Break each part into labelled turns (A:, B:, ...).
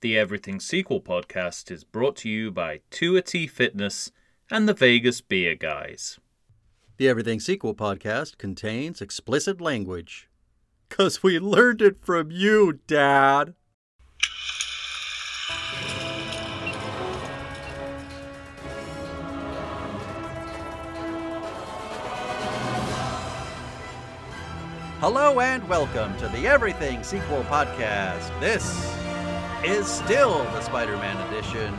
A: The Everything Sequel podcast is brought to you by Tuity Fitness and the Vegas Beer Guys.
B: The Everything Sequel podcast contains explicit language. Because we learned it from you, Dad. Hello and welcome to the Everything Sequel podcast. This is still the Spider Man edition.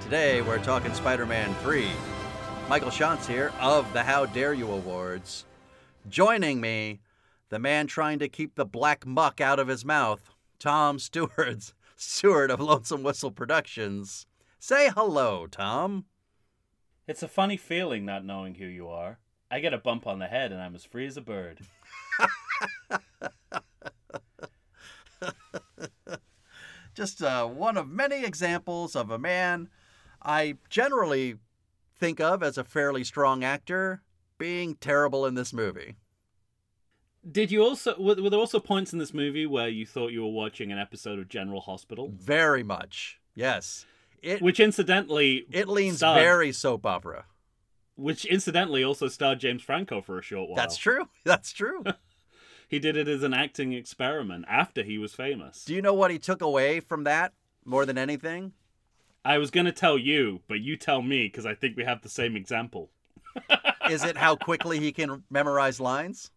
B: Today we're talking Spider Man 3. Michael Shantz here of the How Dare You Awards. Joining me, the man trying to keep the black muck out of his mouth, Tom Stewart's Stewart of Lonesome Whistle Productions. Say hello, Tom.
A: It's a funny feeling not knowing who you are. I get a bump on the head and I'm as free as a bird.
B: Just uh, one of many examples of a man I generally think of as a fairly strong actor being terrible in this movie.
C: Did you also were, were there also points in this movie where you thought you were watching an episode of General Hospital,
B: Very much. Yes. It,
C: which incidentally,
B: it leans
C: starred-
B: very soap opera.
C: which incidentally also starred James Franco for a short while.
B: That's true. That's true.
C: He did it as an acting experiment after he was famous.
B: Do you know what he took away from that more than anything?
C: I was going to tell you, but you tell me because I think we have the same example.
B: Is it how quickly he can memorize lines?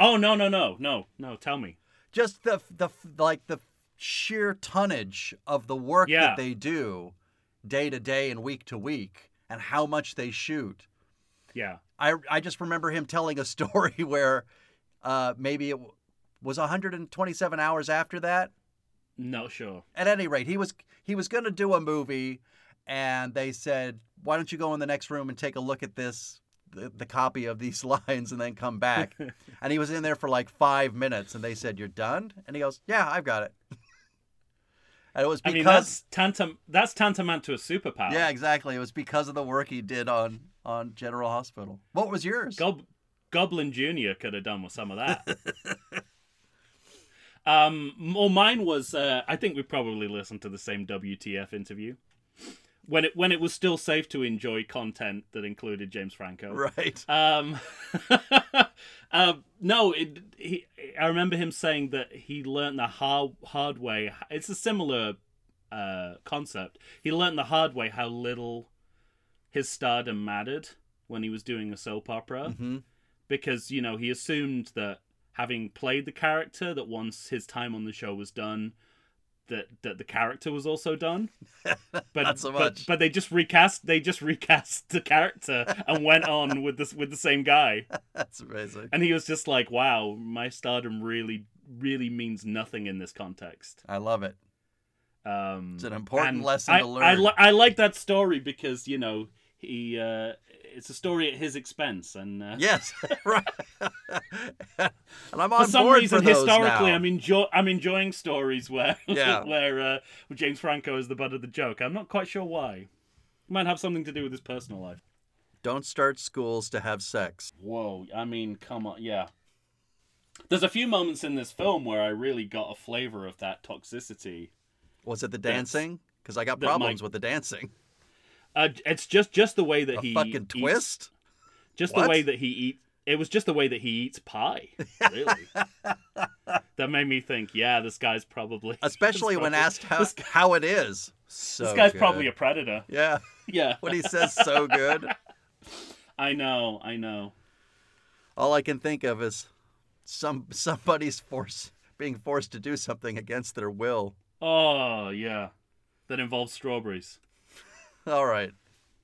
C: Oh no no no no no! Tell me.
B: Just the the like the sheer tonnage of the work
C: Yeah.
B: that they do day to day and week to week and how much they shoot.
C: Yeah.
B: I I just remember him telling a story where uh, maybe it w- was 127 hours after that
C: Not sure.
B: at any rate, he was he was going to do a movie, and they said, "Why don't you go in the next room and take a look at this, the, the copy of these lines, and then come back?" and he was in there for like five minutes, and they said, "You're done," and he goes, "Yeah, I've got it." and it was
C: I mean
B: because
C: that's tantam that's tantamount to a superpower.
B: yeah, exactly. It was because of the work he did on on General Hospital. What was yours?
C: Gob- Goblin Junior could have done with some of that. um, well, mine was. Uh, I think we probably listened to the same WTF interview when it when it was still safe to enjoy content that included James Franco.
B: Right.
C: Um, um, no, it, he, I remember him saying that he learned the hard, hard way. It's a similar uh, concept. He learned the hard way how little his stardom mattered when he was doing a soap opera
B: Mhm.
C: because, you know, he assumed that having played the character, that once his time on the show was done, that, that the character was also done, but
B: Not so
C: but-
B: much.
C: but they just recast they just recast the character and went on with this with the same guy.
B: That's amazing.
C: And he was just like, "Wow, my stardom really, really means nothing in this context."
B: I love it.
C: Um,
B: It's an important
C: and
B: lesson
C: I,
B: to
C: I,
B: learn.
C: li- I like that story because you know he uh, it's a story at his expense, and uh,
B: Yes, right. and I'm
C: for
B: on
C: some
B: board
C: reason,
B: for those
C: historically,
B: now.
C: I'm enjoy I'm enjoying stories where
B: Yeah.
C: where uh, James Franco is the butt of the joke. I'm not quite sure why. Might have something to do with his personal life.
B: Don't start schools to have sex.
C: Whoa, I mean, come on, yeah. There's a few moments in this film where I really got a flavor of that toxicity.
B: Was it the
C: That's-
B: dancing? Because I got
C: that
B: problems
C: might-
B: with the dancing.
C: Uh, it's just just the way that
B: A
C: he
B: fucking
C: eats-
B: twist?
C: just
B: What?
C: the way that he eats. It was just the way that he eats pie. Really, that made me think. Yeah, this guy's probably
B: Especially
C: this
B: when
C: probably-
B: asked how,
C: this,
B: how it is. So
C: this guy's
B: good.
C: probably a predator.
B: Yeah,
C: Yeah,
B: when he says so good,
C: I know, I know.
B: all I can think of is some somebody's force being forced to do something against their will.
C: Oh yeah, that involves strawberries.
B: All right,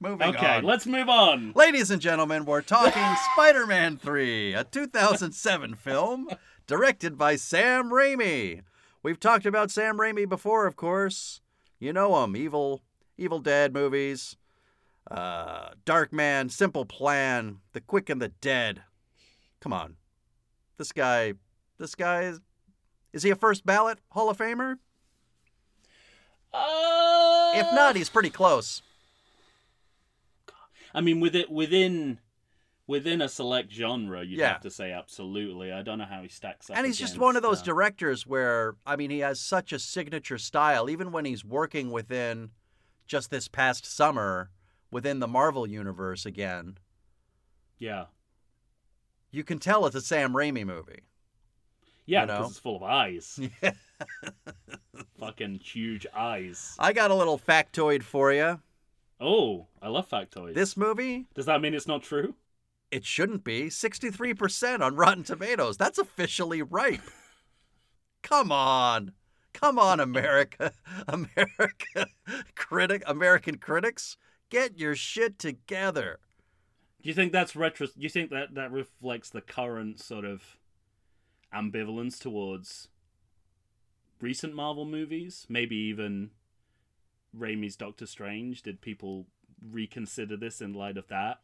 B: moving
C: okay,
B: on.
C: let's move on.
B: Ladies and gentlemen, we're talking Spider Man 3, a 2007 film directed by Sam Raimi. We've talked about Sam Raimi before, of course. You know him Evil, Evil Dead movies, uh, Dark Man, Simple Plan, The Quick and the Dead. Come on. This guy, this guy is. Is he a first ballot Hall of Famer?
C: Uh,
B: If not, he's pretty close.
C: I mean, with it within within a select genre, you'd
B: Yeah.
C: have to say absolutely. I don't know how he stacks up.
B: and he's just
C: against,
B: one of those
C: uh,
B: directors where I mean he has such a signature style even when he's working within just this past summer within the Marvel universe again
C: yeah,
B: you can tell it's a Sam Raimi movie
C: yeah,
B: You know?
C: because it's full of eyes, fucking huge eyes.
B: I got a little factoid for you
C: Oh, I love factoids.
B: this movie
C: Does that mean it's not true?
B: it shouldn't be 63% on Rotten Tomatoes that's officially ripe come on come on America America critic American critics get your shit together
C: Do you think that's retro? Do you think that that reflects the current sort of ambivalence towards recent Marvel movies? Maybe even Raimi's Doctor Strange. Did people reconsider this in light of that?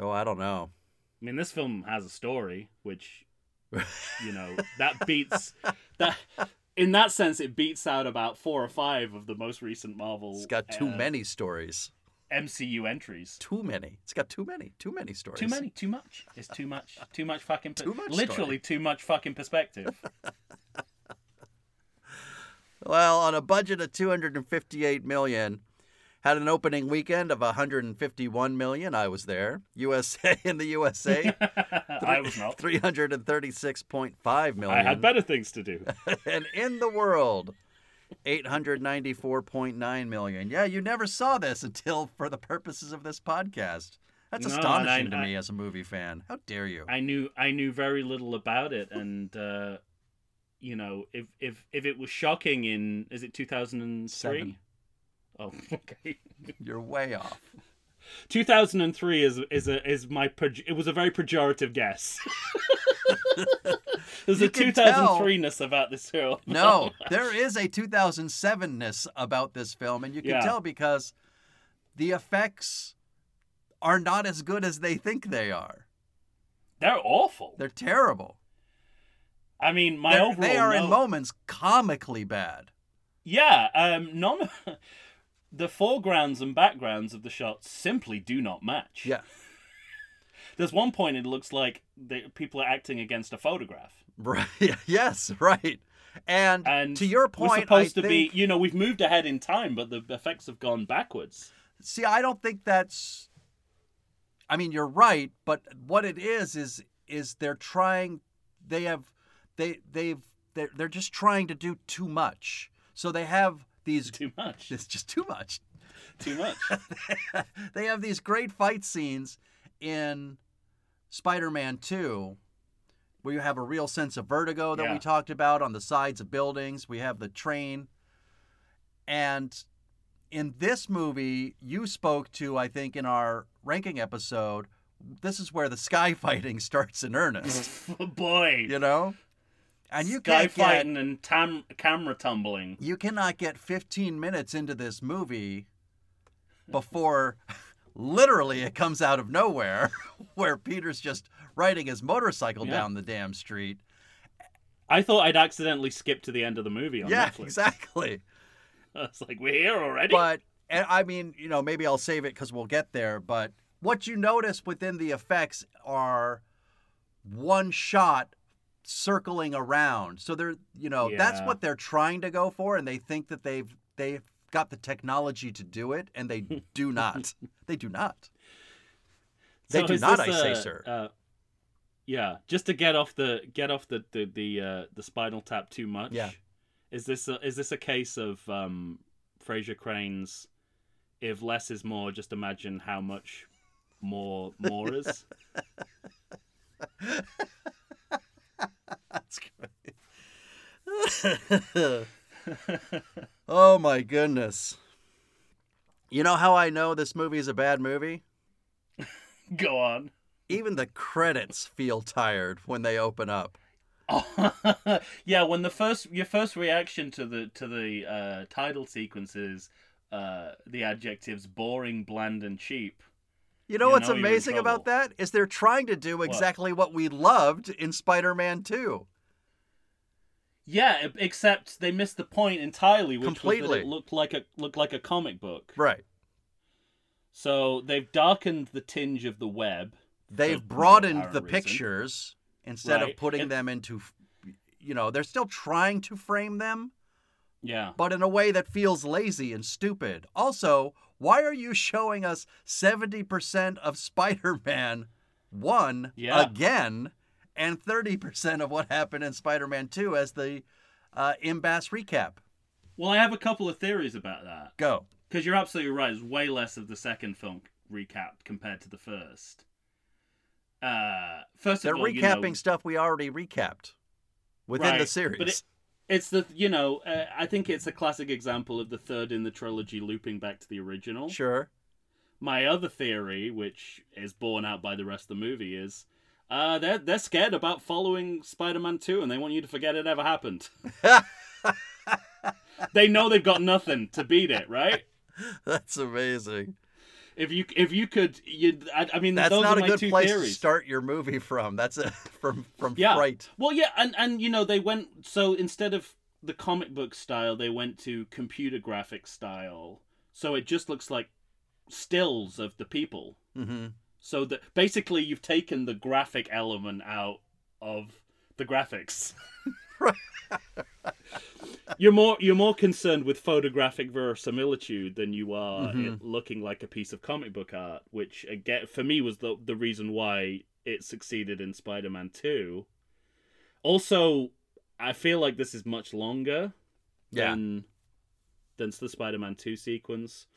B: oh I don't know
C: I mean, this film has a story, which you know that beats that. In that sense, it beats out about four or five of the most recent Marvel.
B: It's got too
C: uh,
B: many stories.
C: MCU entries.
B: Too many. It's got too many. Too many stories.
C: Too many, too much. It's too much, too much fucking. per-
B: Too much
C: Literally, too much fucking perspective.
B: Well, on a budget of 258 million, had an opening weekend of 151 million. I was there. USA in the USA.
C: I was not.
B: 336.5 million.
C: I had better things to do.
B: and in the world, 894.9 million. Yeah, you never saw this until for the purposes of this podcast. That's
C: No, and I-
B: astonishing to
C: I-
B: me as a movie fan. How dare you?
C: I knew I knew very little about it, and uh, you know, if if if it was shocking in is it two thousand and three?
B: Seven.
C: Oh, okay.
B: You're way off.
C: 2003 is is a is my pej- it was a very pejorative guess. There's
B: You
C: a
B: can tell.
C: 2003ness about this film.
B: No,
C: Oh,
B: there is a 2007ness about this film, and you can
C: Yeah.
B: tell because the effects are not as good as they think they are.
C: they're awful.
B: They're terrible.
C: I mean, my
B: They're-
C: overall
B: they are in
C: note-
B: moments comically bad.
C: Yeah, um, none. the foregrounds and backgrounds of the shots simply do not match.
B: Yeah,
C: There's one point it looks like the, people are acting against a photograph.
B: right. Yes, right. And,
C: And
B: to your
C: We're
B: point,
C: supposed
B: I
C: to
B: think,
C: be, you know, we've moved ahead in time, but the effects have gone backwards.
B: See, I don't think that's. I mean, you're right, but what it is is is they're trying. They have, they they've they're, they're just trying to do too much. So they have these.
C: Too much.
B: It's just too much.
C: Too much.
B: they have these great fight scenes in Spider-Man Two, where you have a real sense of vertigo that
C: Yeah.
B: we talked about on the sides of buildings. We have the train, and in this movie, you spoke to I think in our ranking episode. This is where the sky fighting starts in earnest.
C: Oh, Boy.
B: you know, and you
C: Guy
B: can't get
C: fighting and tam- camera tumbling.
B: you cannot get 15 minutes into this movie before literally it comes out of nowhere where Peter's just riding his motorcycle
C: Yeah.
B: down the damn street.
C: I thought I'd accidentally skipped to the end of the movie on
B: yeah,
C: Netflix.
B: exactly.
C: I was like, we're here already.
B: But and I mean, you know, maybe I'll save it cuz we'll get there, but what you notice within the effects are one shot circling around. So they're, you know, that's
C: Yeah.
B: what they're trying to go for and they think that they've they've got the technology to do it and they do not. they do not. They do
C: is
B: not,
C: this,
B: I say,
C: uh,
B: sir.
C: Uh, yeah, just to get off the get off the the the, uh, the spinal tap too much.
B: Yeah.
C: Is this a, is this a case of um, Fraser Crane's "If less is more, just imagine how much more more is"?
B: That's great. oh my goodness. You know how I know this movie is a bad movie?
C: Go on.
B: Even the credits feel tired when they open up.
C: Oh, yeah, when the first your first reaction to the to the uh, title sequence is uh, the adjectives boring, bland, and cheap.
B: You know
C: You
B: what's
C: know you're in
B: amazing about that? Is they're trying to do exactly what we loved in Spider Man 2.
C: Yeah, e- except they missed the point entirely, which was that
B: Completely.
C: it looked like a looked like a comic book.
B: Right.
C: So they've darkened the tinge of the web
B: They've
C: for no
B: broadened
C: apparent
B: the
C: reason.
B: pictures instead
C: Right.
B: of putting
C: And-
B: them into, f- you know, they're still trying to frame them,
C: Yeah.
B: but in a way that feels lazy and stupid. Also, why are you showing us 70% of Spider Man 1
C: Yeah.
B: again and 30% of what happened in Spider Man 2 as the uh, Imbass recap?
C: Well, I have a couple of theories about that.
B: Go.
C: Because you're absolutely right. It's way less of the second film recap compared to the first. Uh, first
B: They're
C: of all,
B: recapping
C: you know-
B: stuff we already recapped within the
C: Right,
B: series.
C: but it- it's the you know uh, I think it's a classic example of the third in the trilogy looping back to the original.
B: Sure.
C: My other theory, which is borne out by the rest of the movie, is uh, they're they're scared about following Spider-Man Two, and they want you to forget it ever happened. they know they've got nothing to beat it, right?
B: That's amazing.
C: If you if you could, you I, I mean,
B: That's
C: those
B: not
C: are
B: a
C: my
B: good
C: two
B: place to
C: theories.
B: start your movie from. That's a, from from
C: Yeah.
B: fright.
C: Well, yeah, and and you know they went so instead of the comic book style, they went to computer graphic style. So it just looks like stills of the people.
B: hmm
C: So that basically you've taken the graphic element out of the graphics. you're more you're more concerned with photographic verisimilitude than you are
B: Mhm.
C: it looking like a piece of comic book art, which again for me was the the reason why it succeeded in Spider-Man 2. Also, I feel like this is much longer
B: Yeah.
C: than than the Spider-Man Two sequence,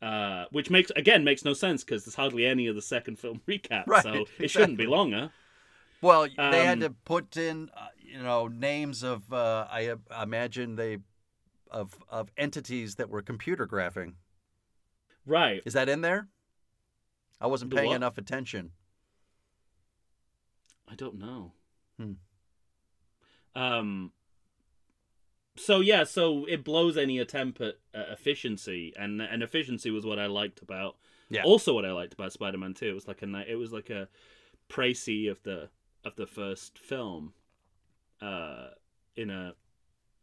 C: uh, which makes again makes no sense because there's hardly any of the second film recap,
B: Right,
C: so it shouldn't be
B: exactly.
C: longer.
B: Well, they had
C: Um,
B: to put in, uh, you know, names of uh, I uh, imagine they of of entities that were computer graphing.
C: Right?
B: Is that in there? I wasn't
C: The
B: paying
C: what?
B: enough attention.
C: I don't know.
B: Hmm.
C: Um. So yeah, so it blows any attempt at uh, efficiency, and and efficiency was what I liked about.
B: Yeah.
C: Also, what I liked about Spider-Man Two, it was like a ni- it was like a précis of the of the first film, uh, in a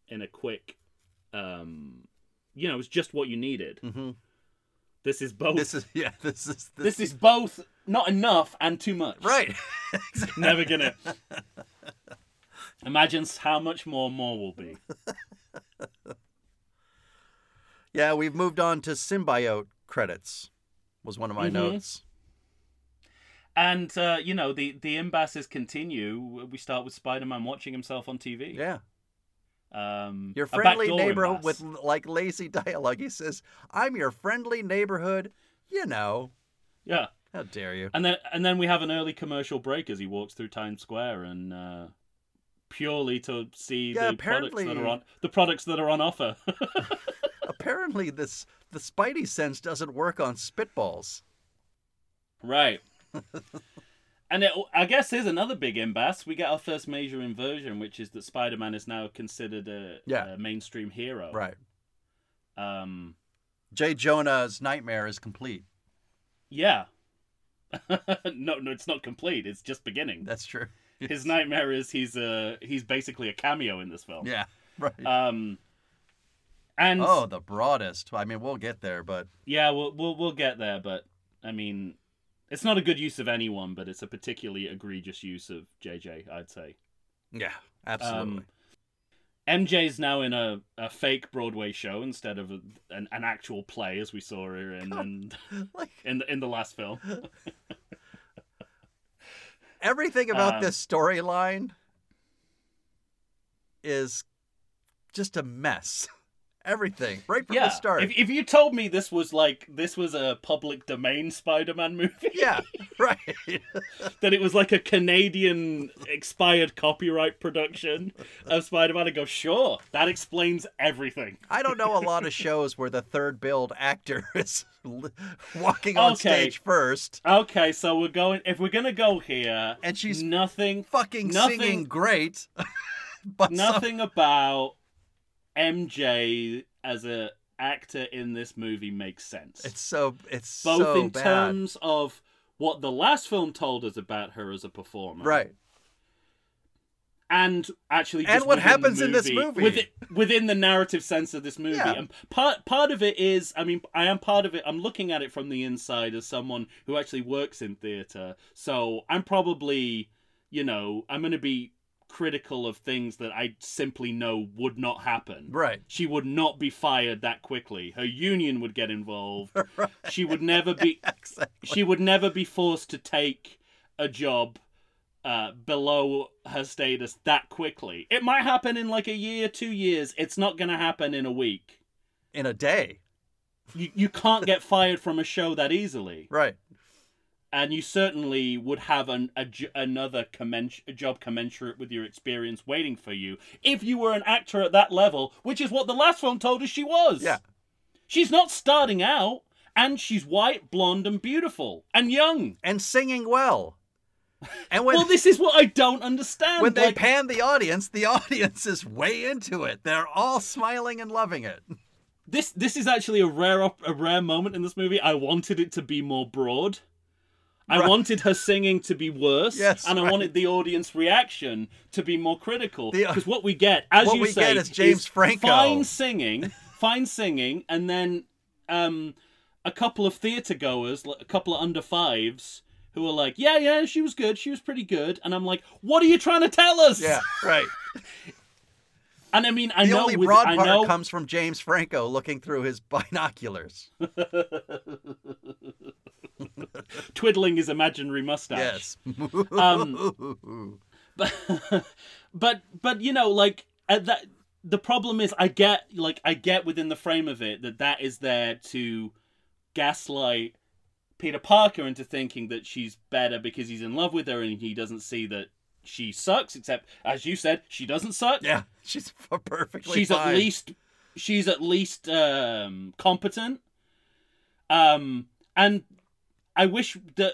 C: in a quick, um, you know, it was just what you needed.
B: hmm
C: This is both.
B: This is yeah. This is
C: Oh. this is both not enough and too much.
B: right.
C: Never gonna. Imagine how much more more will be.
B: Yeah, we've moved on to symbiote credits. Was one of my
C: Mhm.
B: notes.
C: And uh, you know the the imbasses continue. We start with Spider Man watching himself on TV.
B: Yeah.
C: Um,
B: Your
C: a backdoor
B: friendly neighborhood
C: imbas.
B: with like lazy dialogue. He says, "I'm your friendly neighborhood." You know.
C: yeah,
B: How dare you?
C: and then and then we have an early commercial break as he walks through Times Square and. Uh, Purely to see
B: Yeah,
C: the products that
B: apparently-
C: are on the products that are on offer.
B: Apparently, this the Spidey sense doesn't work on spitballs.
C: Right. and it, I guess here's another big impasse. We get our first major inversion, which is that Spider-Man is now considered a,
B: Yeah.
C: a mainstream hero.
B: Right.
C: Um.
B: Jay Jonah's nightmare is complete.
C: Yeah. no, no, it's not complete. It's just beginning.
B: That's true.
C: His nightmare is he's a he's basically a cameo in this film.
B: Yeah. Right.
C: Um. And
B: oh, the broadest. I mean, we'll get there, but
C: yeah, we'll we'll we'll get there, but I mean, it's not a good use of anyone, but it's a particularly egregious use of JJ, I'd say.
B: yeah,
C: Um, MJ's now in a, a fake Broadway show instead of a, an, an actual play, as we saw her in in,
B: like
C: in, the, in the last film.
B: everything about
C: um,
B: this storyline is just a mess. Everything right from the start.
C: If, if you told me this was like this was a public domain Spider-Man movie,
B: yeah. Right.
C: that it was like a Canadian expired copyright production of Spider-Man, I'd go, sure, that explains everything.
B: I don't know a lot of shows where the third build actor is l- walking on
C: Okay.
B: stage first.
C: Okay, so we're going. If we're gonna go here,
B: And she's
C: nothing
B: fucking
C: Nothing-
B: singing great, but some-
C: nothing about MJ as a actor in this movie makes sense.
B: it's so it's
C: both
B: so
C: in
B: bad.
C: terms of what the last film told us about her as a performer,
B: right.
C: and actually
B: And
C: just
B: what
C: within the
B: happens in this movie.
C: within, within the narrative sense of this movie
B: Yeah.
C: and part part of it is i mean i am part of it i'm looking at it from the inside as someone who actually works in theater so i'm probably you know i'm going to be critical of things that i simply know would not happen
B: Right.
C: she would not be fired that quickly her union would get involved she would never be
B: Exactly.
C: she would never be forced to take a job uh, below her status that quickly. It might happen in like a year, two years. It's not going to happen in a week.
B: In a day.
C: You, you can't get fired from a show that easily.
B: Right.
C: And you certainly would have an, a, j- another commens- a job commensurate with your experience waiting for you if you were an actor at that level, which is what the last film told us she was.
B: Yeah.
C: She's not starting out, and she's white, blonde, and beautiful, and young.
B: And singing well. And when
C: well, this is what I don't understand.
B: when they
C: like,
B: pan the audience, the audience is way into it. They're all smiling and loving it.
C: this this is actually a rare op- a rare moment in this movie. I wanted it to be more broad. I
B: Right.
C: wanted her singing to be worse,
B: Yes,
C: and I
B: right.
C: wanted the audience reaction to be more critical.
B: The- uh,
C: Because what we get, as
B: what
C: you
B: we
C: say,
B: get is James Franco.
C: fine singing, fine singing, and then um, a couple of theater goers, like, a couple of under fives, who are like, "Yeah, yeah, she was good, she was pretty good," and I'm like, "What are you trying to tell us?"
B: Yeah, right.
C: and I mean, I
B: The
C: know,
B: only
C: with,
B: broad
C: I
B: part
C: know,
B: comes from James Franco looking through his binoculars.
C: twiddling his imaginary mustache.
B: Yes.
C: Um, but but but you know like at that the problem is i get like i get within the frame of it that that is there to gaslight peter parker into thinking that she's better because he's in love with her and he doesn't see that she sucks except as you said she doesn't suck
B: yeah, she's f- perfectly
C: she's
B: fine.
C: at least she's at least um competent um and i wish that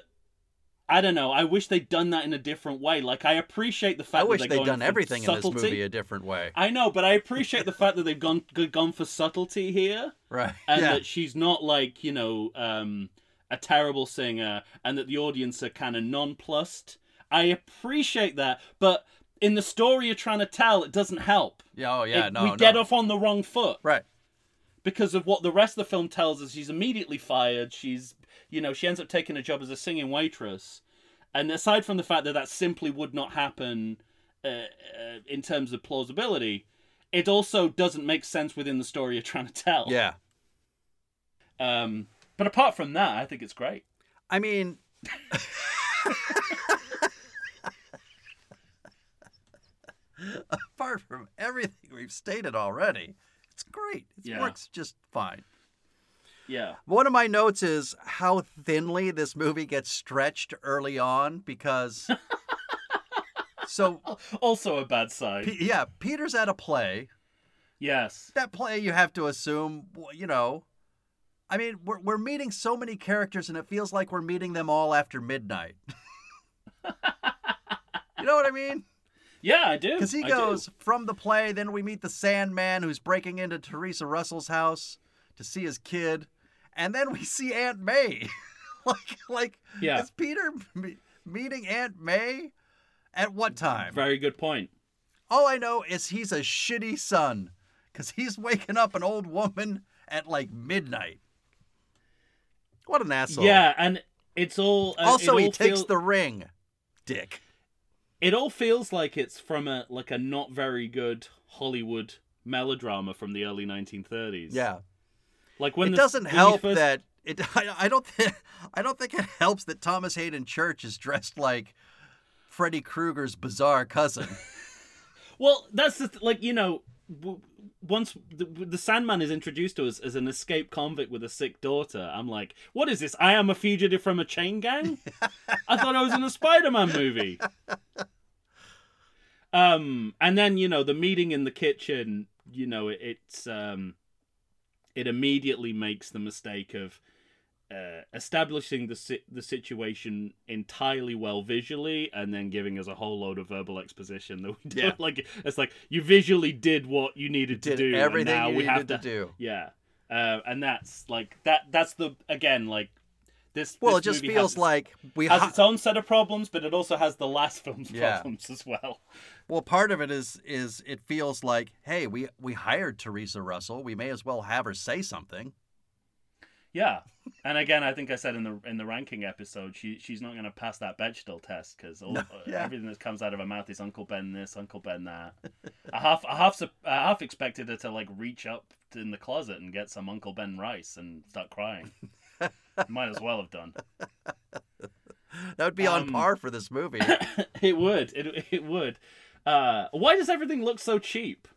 C: i don't know i wish they'd done that in a different way like i appreciate the fact
B: I wish
C: that
B: they'd
C: they're going
B: done
C: for
B: everything in
C: subtlety.
B: this movie a different way.
C: i know but i appreciate the fact that they've gone g- gone for subtlety here
B: Right.
C: and
B: yeah.
C: that she's not like you know um a terrible singer and that the audience are kind of nonplussed i appreciate that but in the story you're trying to tell it doesn't help
B: yeah. Oh, yeah.
C: it-
B: no.
C: we
B: no.
C: get off on the wrong foot
B: Right.
C: because of what the rest of the film tells us. She's immediately fired. She's, you know, she ends up taking a job as a singing waitress. And aside from the fact that that simply would not happen uh, uh, in terms of plausibility, it also doesn't make sense within the story you're trying to tell.
B: Yeah.
C: Um, but apart from that, I think it's great.
B: I mean, apart from everything we've stated already, it's great. It
C: Yeah.
B: works just fine.
C: Yeah.
B: One of my notes is how thinly this movie gets stretched early on because. so,
C: Oh, Also a bad side.
B: P- yeah, Peter's at a play.
C: yes.
B: That play, you have to assume, w- you know. I mean, we're, we're meeting so many characters, and it feels like we're meeting them all after midnight. you know what I mean?
C: Yeah, I do.
B: Because he
C: I do.
B: goes from the play, then we meet the Sandman who's breaking into Teresa Russell's house to see his kid, and then we see Aunt May. like, like
C: Yeah.
B: is Peter me- meeting Aunt May at what time?
C: Very good point.
B: All I know is he's a shitty son because he's waking up an old woman at like midnight. What an asshole!
C: Yeah, and it's all. uh,
B: Also,
C: it
B: he
C: all
B: takes
C: feel-
B: the ring, dick.
C: it all feels like it's from a like a not very good Hollywood melodrama from the early 1930s.
B: Yeah.
C: like when
B: it
C: the-
B: doesn't
C: when you
B: help
C: first-
B: that it. I, I don't. Th- I don't think it helps that Thomas Hayden Church is dressed like Freddy Krueger's bizarre cousin.
C: Well, that's the th- like you know. W- once the, the Sandman is introduced to us as an escaped convict with a sick daughter, I'm like, what is this? I am a fugitive from a chain gang. I thought I was in a Spider-Man movie. Um, and then you know the meeting in the kitchen. You know it, it's um, it immediately makes the mistake of uh, establishing the si- the situation entirely well visually, and then giving us a whole load of verbal exposition that we do.
B: Yeah.
C: not Like it's like you visually did what you needed to
B: Did
C: do. and
B: everything
C: now
B: you
C: we
B: needed
C: have
B: to do.
C: yeah, uh, and that's like that. That's the again like This
B: Well,
C: this
B: it just
C: movie
B: feels
C: has,
B: like we
C: has
B: hi-
C: its own set of problems, but it also has the last film's
B: Yeah.
C: problems as well.
B: well, part of it is is it feels like, hey, we we hired Teresa Russell, we may as well have her say something.
C: Yeah, and again, I think I said in the in the ranking episode, she she's not going to pass that Bechdel test because
B: No, yeah.
C: everything that comes out of her mouth is Uncle Ben this, Uncle Ben that. I half I half sup- I half expected her to like reach up in the closet and get some Uncle Ben rice and start crying. Might as well have done.
B: That would be on
C: Um,
B: par for this movie.
C: It would. It it would. Uh, why does everything look so cheap?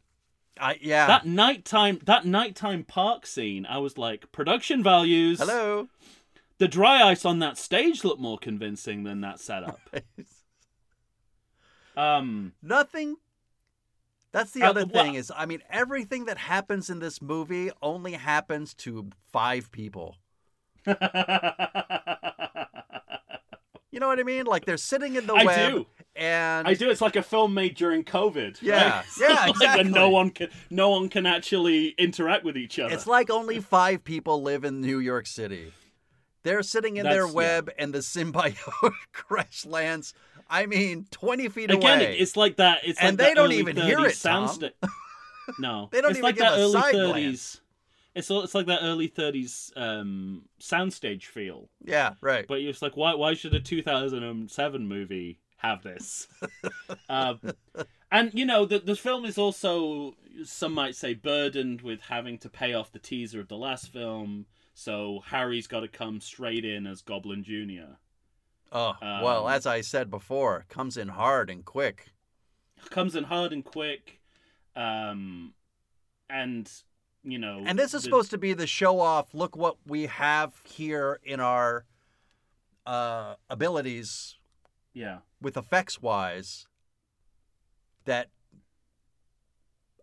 B: I yeah.
C: That nighttime that nighttime park scene, I was like, production values.
B: Hello.
C: The dry ice on that stage looked more convincing than that setup. Um,
B: Nothing. That's the
C: Uh,
B: other
C: wha-
B: thing is, I mean, everything that happens in this movie only happens to five people.
C: I
B: You know what I mean? Like they're sitting in the web
C: do.
B: and
C: I do. It's like a film made during COVID.
B: Yeah,
C: right?
B: yeah,
C: Like
B: exactly.
C: when no one can, no one can actually interact with each other.
B: It's like only five people live in New York City. They're sitting in their
C: That's- yeah.
B: web, and the symbiote crash lands. I mean, twenty feet
C: Again,
B: away.
C: it's like that. It's
B: And
C: like
B: they
C: that
B: don't
C: early
B: even
C: 30s
B: hear it, Tom.
C: soundsta- no,
B: They don't
C: it's
B: even
C: like
B: give
C: that
B: a
C: early
B: side
C: 30s.
B: glance.
C: It's all, it's like that early 30s um, soundstage feel.
B: yeah, right.
C: But it's like, why why should a 2007 movie have this? um, and you know, the the film is also some might say burdened with having to pay off the teaser of the last film. So Harry's got to come straight in as Goblin Junior.
B: oh
C: um,
B: well, as I said before, comes in hard and quick.
C: Comes in hard and quick, um, and you know.
B: And this
C: the-
B: is supposed to be the show off. Look what we have here in our uh, abilities
C: yeah.
B: with effects wise. That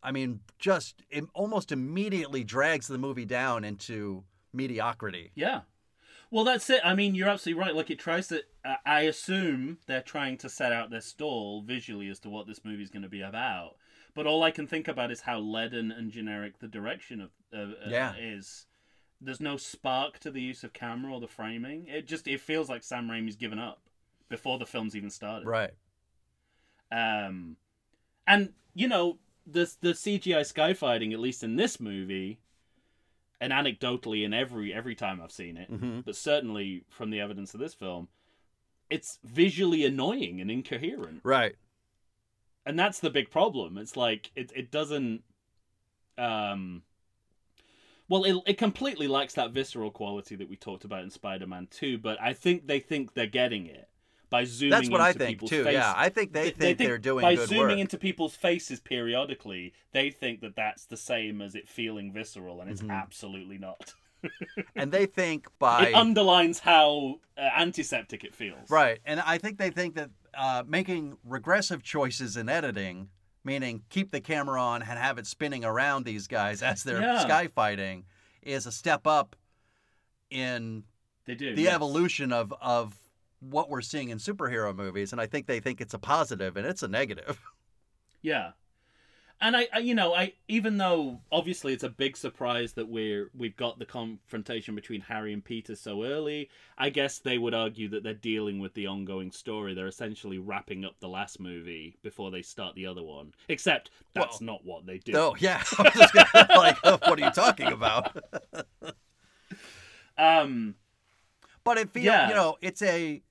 B: I mean, just it almost immediately drags the movie down into mediocrity.
C: Yeah. Well, that's it. I mean, you're absolutely right. Like, it tries to. I I assume they're trying to set out their stall visually as to what this movie's going to be about. But all I can think about is how leaden and generic the direction of uh,
B: Yeah.
C: uh, is. There's no spark to the use of camera or the framing. It just it feels like Sam Raimi's given up before the film's even started.
B: Right.
C: Um, and you know the the CGI sky fighting, at least in this movie, and anecdotally in every every time I've seen it,
B: Mm-hmm.
C: but certainly from the evidence of this film, it's visually annoying and incoherent,
B: Right.
C: and that's the big problem. It's like it it doesn't, um, well, it it completely lacks that visceral quality that we talked about in Spider-Man Two. But I think they think they're getting it by zooming.
B: That's what I
C: into
B: think
C: people's
B: too.
C: faces
B: Yeah, I think they, think, they are doing
C: by
B: good
C: zooming
B: work.
C: into people's faces periodically they think that that's the same as it feeling visceral and it's
B: Mhm.
C: absolutely not
B: and they think by
C: it underlines how uh, antiseptic it feels
B: Right. And I think they think that uh, making regressive choices in editing, meaning keep the camera on and have it spinning around these guys as they're
C: Yeah.
B: sky fighting, is a step up in
C: they do
B: the
C: yes.
B: evolution of, of what we're seeing in superhero movies. And I think they think it's a positive and it's a negative.
C: yeah and I, I you know i even though obviously it's a big surprise that we're we've got the confrontation between harry and peter so early i guess they would argue that they're dealing with the ongoing story they're essentially wrapping up the last movie before they start the other one except that's not what they do
B: Oh, yeah. I was just gonna, like, what are you talking about?
C: um
B: But it feels,
C: Yeah.
B: you know, it's a.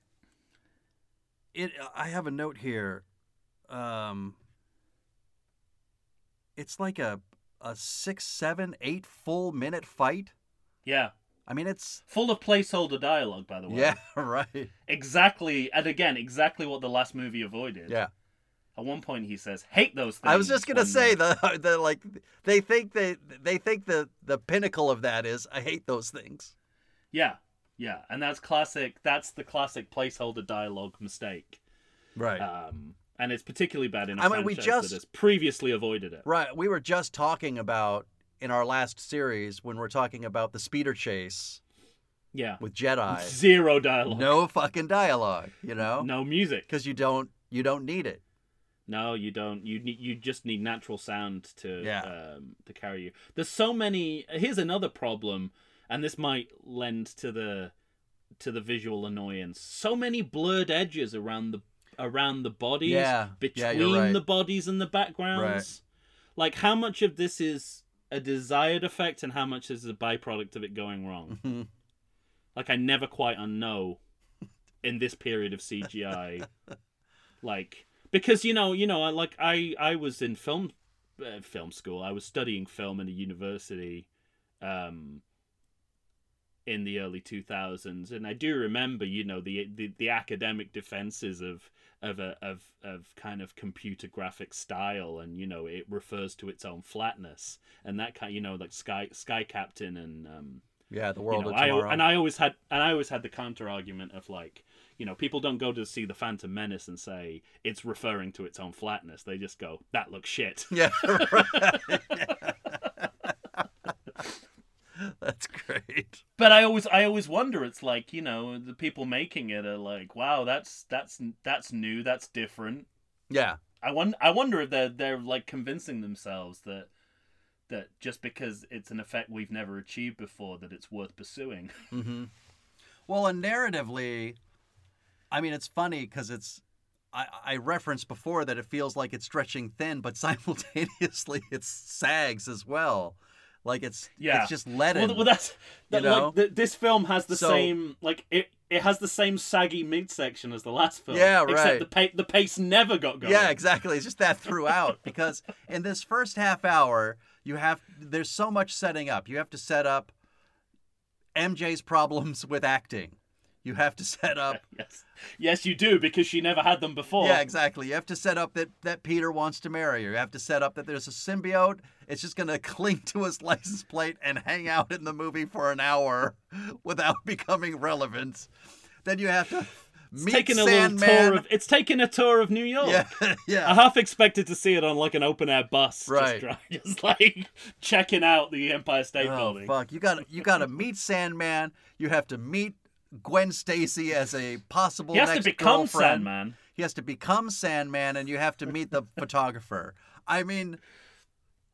B: It. I have a note here. Um. It's like a a six, seven, eight full minute fight.
C: Yeah.
B: I mean, it's
C: Full of placeholder dialogue, by the way.
B: yeah, right.
C: Exactly, and again, exactly what the last movie avoided.
B: Yeah,
C: At one point, he says, "Hate those things." uh,
B: I was just gonna
C: when
B: say
C: they're-
B: the the like they think they they think the the pinnacle of that is I hate those things.
C: Yeah, yeah, and that's classic. That's the classic placeholder dialogue mistake.
B: Right.
C: Um, and it's particularly bad in a
B: I mean, we
C: franchise
B: just-
C: that has previously avoided it.
B: Right. We were just talking about in our last series when we're talking about the speeder chase
C: Yeah.
B: with Jedi.
C: Zero dialogue.
B: no fucking dialogue you know
C: No music.
B: because you don't you don't need it
C: No, you don't. You need, you just need natural sound to
B: Yeah.
C: um, to carry you. There's so many. Here's another problem, and this might lend to the to the visual annoyance. So many blurred edges around the around the bodies,
B: Yeah. Yeah,
C: between
B: you're right.
C: the bodies and the backgrounds. Like how much of this is a desired effect and how much is a byproduct of it going wrong?
B: Mhm.
C: Like I never quite unknow in this period of CGI. like because you know, you know, I like I I was in film uh, film school. I was studying film in a university um in the early 2000s and I do remember you know the the, the academic defenses of of a of of kind of computer graphic style and you know it refers to its own flatness and that kind you know like sky sky captain and um
B: Yeah, the
C: you
B: world
C: know,
B: of
C: I,
B: tomorrow.
C: and I always had and I always had the counter argument of like you know people don't go to see the Phantom Menace and say it's referring to its own flatness they just go that looks shit
B: Yeah, right. That's great.
C: But I always, I always wonder. It's like you know, the people making it are like, "Wow, that's that's that's new, that's different."
B: Yeah,
C: I wonder, I wonder if they're they're like convincing themselves that that just because it's an effect we've never achieved before, that it's worth pursuing.
B: hmm Well, and narratively, I mean, it's funny because it's. I, I referenced before that it feels like it's stretching thin, but simultaneously it sags as well. Like it's
C: Yeah.
B: it's just leaden.
C: Well, well, that's that,
B: know?
C: like th this film has the
B: So-
C: same like it. It has the same saggy midsection as the last film.
B: Yeah, right.
C: Except the pa- the pace never got going.
B: Yeah, exactly. It's just that throughout because in this first half hour, you have there's so much setting up. You have to set up MJ's problems with acting. You have to set up
C: Yes, yes, you do because she never had them before.
B: Yeah, exactly. You have to set up that that Peter wants to marry her. You have to set up that there's a symbiote. It's just going to cling to his license plate and hang out in the movie for an hour without becoming relevant. Then you have to meet
C: taking a little
B: Sandman.
C: tour of Uh-huh. it's taking a tour of New York.
B: yeah, yeah.
C: I half expected to see it on like an open air bus,
B: Right.
C: Just, dri- just like checking out the Empire State
B: Oh
C: Building.
B: fuck! You got you got to meet Sandman. You have to meet Gwen Stacy as a possible.
C: He has to
B: next
C: become
B: girlfriend.
C: Sandman.
B: He has to become Sandman, and you have to meet the photographer. I mean,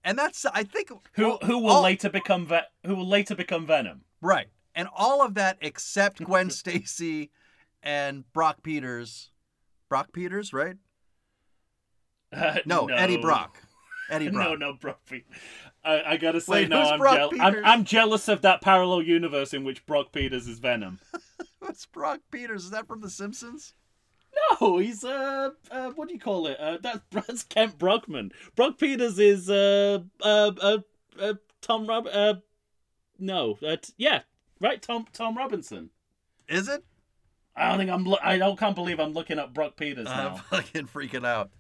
B: and that's I think
C: Who who will
B: all-
C: later become Ve- who will later become Venom?
B: right, and all of that except Gwen Stacy and Brock Peters. Brock Peters, right?
C: Uh,
B: No, Eddie Brock. Eddie Brock.
C: No, no, Brock. Pe- I, I gotta say,
B: Wait,
C: no,
B: who's
C: I'm,
B: Brock
C: jeal- I'm
B: Peters?
C: I'm jealous of that parallel universe in which Brock Peters is Venom.
B: What's Brock Peters? Is that from The Simpsons?
C: No, he's uh, uh what do you call it? Uh, that's that's Kent Brockman. Brock Peters is uh uh uh, uh Tom Rob uh no uh, t- yeah right Tom Tom Robinson.
B: Is it?
C: I don't think I'm. Lo- I don't can't believe I'm looking up Brock Peters
B: I'm
C: now.
B: fucking freaking out.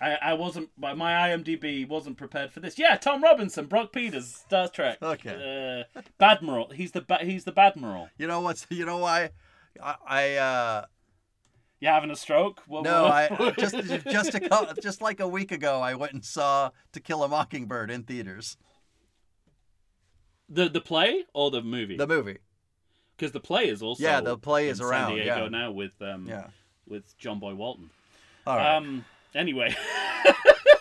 C: I, I wasn't. My my IMDb wasn't prepared for this. Yeah, Tom Robinson, Brock Peters, Star Trek.
B: Okay.
C: Uh, Badmiral. He's the ba- he's the Badmiral.
B: You know what's? You know why? I, I uh,
C: You having a stroke? What-
B: no,
C: what-
B: I just just a cou- just like a week ago, I went and saw To Kill a Mockingbird in theaters,
C: the the play or the movie?
B: the movie.
C: Because the play is also
B: Yeah, the play is
C: in
B: around,
C: San Diego
B: yeah.
C: now with um
B: Yeah.
C: with John Boy Walton.
B: All right.
C: Um. Anyway.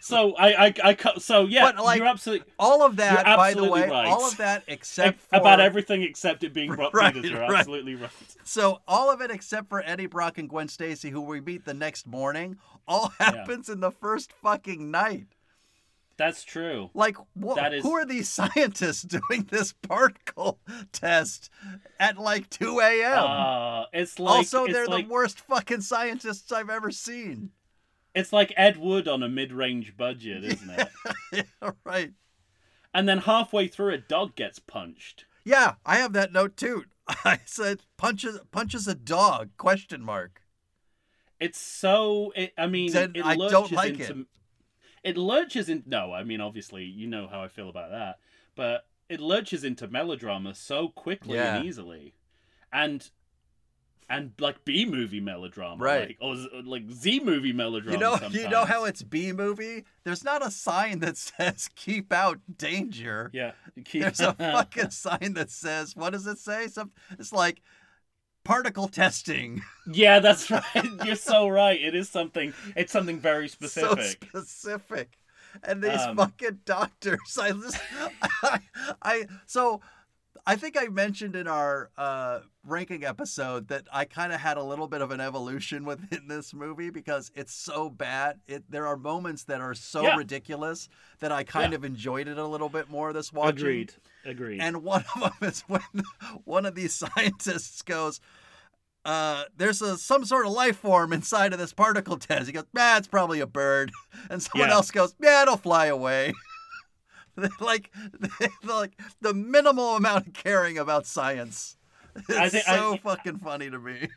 C: so I I, I cu- so yeah
B: But, like,
C: you're absolutely
B: all of that,
C: you're
B: by the
C: absolutely
B: way,
C: right.
B: all of that except for,
C: about everything except it being Brock
B: Right,
C: Peters. You're
B: right.
C: absolutely right.
B: So all of it except for Eddie Brock and Gwen Stacy, who we meet the next morning, all happens in the first fucking night.
C: That's true.
B: Like, wha-
C: That is-
B: who are these scientists doing this particle test at like 2 a.m.?
C: Uh, it's like
B: also,
C: it's
B: they're
C: like,
B: the worst fucking scientists I've ever seen.
C: it's like Ed Wood on a mid-range budget, isn't it?
B: Yeah, right.
C: and then halfway through, a dog gets punched.
B: Yeah, I have that note too. I said punches punches a dog question mark.
C: It's so. It, I mean,
B: Then
C: it
B: I
C: lurches
B: don't like
C: into. It. lurches in. No, I mean, obviously, you know how I feel about that, but it lurches into melodrama so quickly and
B: Yeah.
C: easily, and and like B movie melodrama,
B: Right.
C: Like, or z- like Z movie melodrama.
B: You know, you know
C: sometimes.
B: how it's B movie. There's not a sign that says "keep out danger."
C: Yeah, you keep-
B: There's a fucking sign that says, "What does it say?" Some it's like particle testing.
C: Yeah, that's right. You're so right. It is something. It's something very
B: So
C: specific.
B: specific. And these
C: Um,
B: fucking doctors, I just, I, I, so I think I mentioned in our uh, ranking episode that I kind of had a little bit of an evolution within this movie because it's so bad. It there are moments that are so
C: Yeah.
B: ridiculous that I kind
C: Yeah.
B: of enjoyed it a little bit more this watching.
C: Agreed. Agreed.
B: And one of them is when one of these scientists goes, uh, "There's a some sort of life form inside of this particle test." He goes, "Nah, it's probably a bird," and someone
C: Yeah.
B: else goes, "Yeah, it'll fly away." like, like the minimal amount of caring about science. It's
C: I think- I-
B: so fucking funny to me.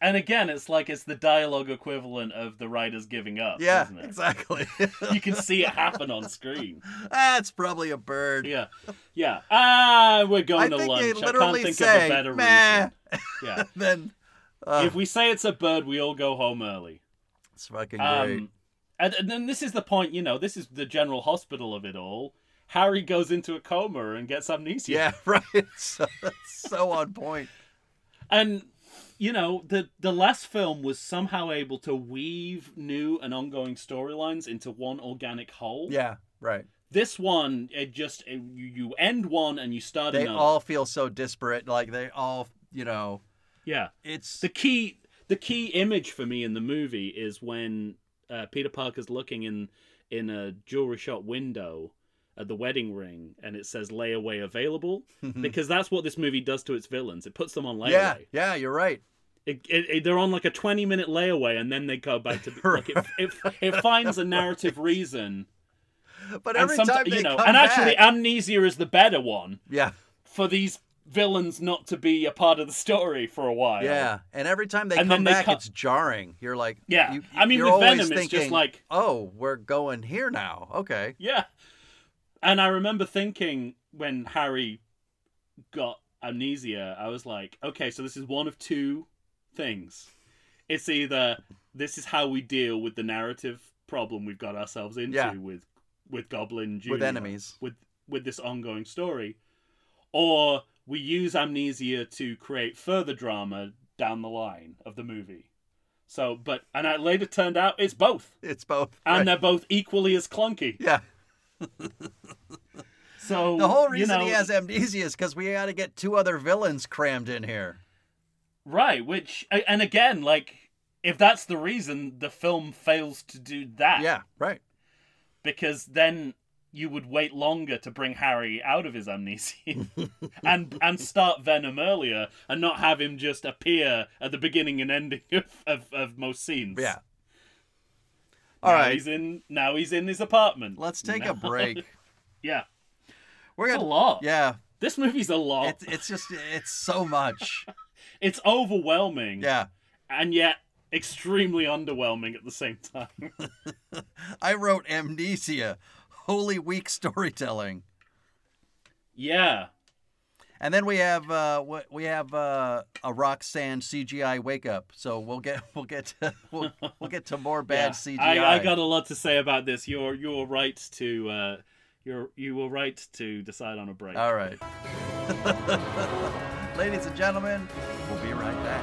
C: and again, it's like it's the dialogue equivalent of the writers giving up,
B: Yeah,
C: isn't it?
B: exactly.
C: You can see it happen on screen.
B: ah, it's probably a bird.
C: Yeah, yeah. Ah, we're going
B: I
C: to
B: think
C: lunch.
B: they
C: I can't
B: literally
C: think of a
B: say,
C: better
B: "Meh."
C: reason. Yeah.
B: Then uh,
C: if we say it's a bird, we all go home early.
B: it's fucking great.
C: Um, and, and then this is the point, you know, this is the general hospital of it all. Harry goes into a coma and gets amnesia.
B: yeah, right. So, that's so on point.
C: And you know, the the last film was somehow able to weave new and ongoing storylines into one organic whole.
B: Yeah, right.
C: This one, it just it, you, you end one and you start
B: They
C: another.
B: all feel so disparate. Like they all, you know,
C: yeah.
B: it's
C: The key the key image for me in the movie is when uh, Peter Parker's looking in in a jewelry shop window at the wedding ring and it says layaway available because that's what this movie does to its villains. It puts them on layaway.
B: Hmm. yeah, yeah. You're right.
C: It, it, it- they're on like a 20 minute layaway and then they go back to like it, it, it finds a narrative reason
B: But
C: and
B: every
C: someti-
B: time they
C: you know
B: come
C: and actually
B: back,
C: amnesia is the better one
B: yeah,
C: for these villains not to be a part of the story for a while
B: yeah. And every time they
C: And then
B: come
C: they
B: back,
C: co-
B: it's jarring. You're like,
C: Yeah.
B: you-
C: I mean,
B: you're
C: with
B: always
C: Venom, it's just
B: thinking,
C: like-
B: oh, we're going here now. Okay.
C: yeah and i remember thinking when harry got amnesia i was like okay so this is one of two things it's either this is how we deal with the narrative problem we've got ourselves into
B: Yeah.
C: with with goblin Jr.
B: With enemies.
C: with with this ongoing story or we use amnesia to create further drama down the line of the movie so but and it later turned out it's both
B: It's both.
C: and
B: right.
C: they're both equally as clunky
B: yeah.
C: so
B: The whole
C: you
B: reason he
C: know,
B: has amnesia is because we got to get two other villains crammed in here.
C: right which a- and again like if that's the reason the film fails to do that
B: Yeah. Right.
C: because then you would wait longer to bring Harry out of his amnesia and and start Venom earlier and not have him just appear at the beginning and ending of, of, of most scenes.
B: Yeah.
C: All
B: All
C: now
B: right.
C: He's in now he's in his apartment.
B: Let's take
C: Now-
B: a break.
C: Yeah.
B: We're
C: It's a
B: gonna.
C: lot.
B: Yeah.
C: This movie's a lot.
B: It's it's just it's so much.
C: It's overwhelming
B: Yeah.
C: and yet extremely underwhelming at the same time.
B: I wrote amnesia, holy weak storytelling,
C: yeah.
B: and then we have uh, wh- we have uh, a rock sand CGI wake up. So we'll get we'll get to, we'll, we'll get to more bad
C: Yeah.
B: CGI.
C: I, I got a lot to say about this. You're you're right to uh, you're you were right to decide on a break.
B: All right, ladies and gentlemen, we'll be right back.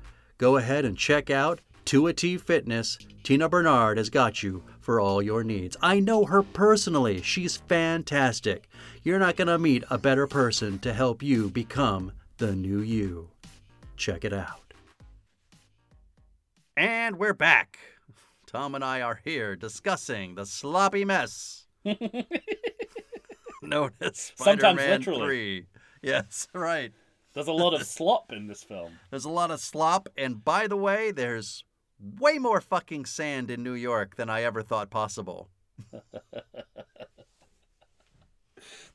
B: Go ahead and check out 2AT Fitness. Tina Bernard has got you for all your needs. I know her personally. She's fantastic. You're not going to meet a better person to help you become the new you. Check it out. And we're back. Tom and I are here discussing the sloppy mess known as
C: Sometimes
B: Spider Man
C: literally.
B: 3. Yes, right.
C: There's a lot of slop in this film.
B: There's a lot of slop, and by the way, there's way more fucking sand in New York than I ever thought possible.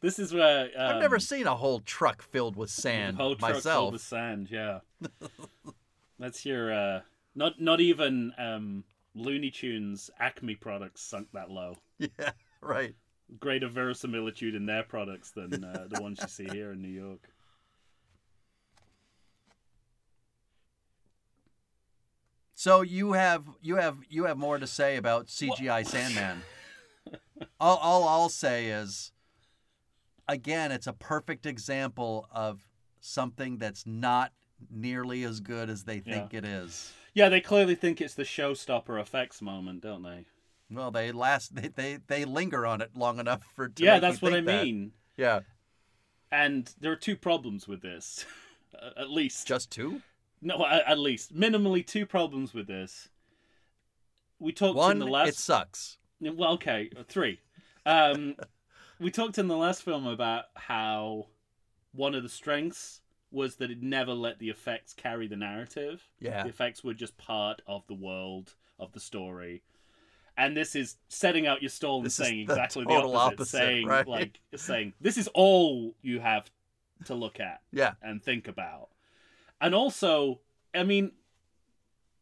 C: This is where um,
B: I've never seen a whole truck filled with
C: the
B: sand
C: whole truck
B: myself.
C: filled with sand. Yeah, that's your uh, not not even um, Looney Tunes Acme products sunk that low.
B: Yeah, right.
C: Greater verisimilitude in their products than uh, the ones you see here in New York.
B: So you have you have you have more to say about CGI Sandman. all, all I'll say is, again, it's a perfect example of something that's not nearly as good as they think it is.
C: Yeah, they clearly think it's the showstopper effects moment, don't they?
B: Well, they last they they, they linger on it long enough for to
C: yeah,
B: make you
C: that's what I
B: think that.
C: mean.
B: Yeah,
C: And there are two problems with this, at least.
B: just two.
C: No, a- at least minimally two problems with this. We talked in
B: One, uh,
C: the last.
B: it sucks.
C: Well, okay, three. Um, we talked in the last film about how one of the strengths was that it never let the effects carry the narrative.
B: Yeah.
C: The effects were just part of the world of the story. And this is setting out your stall and
B: This is
C: saying
B: the
C: exactly the
B: total
C: opposite,
B: opposite,
C: saying
B: right.
C: like saying this is all you have to look at
B: Yeah,
C: and think about. And also, I mean,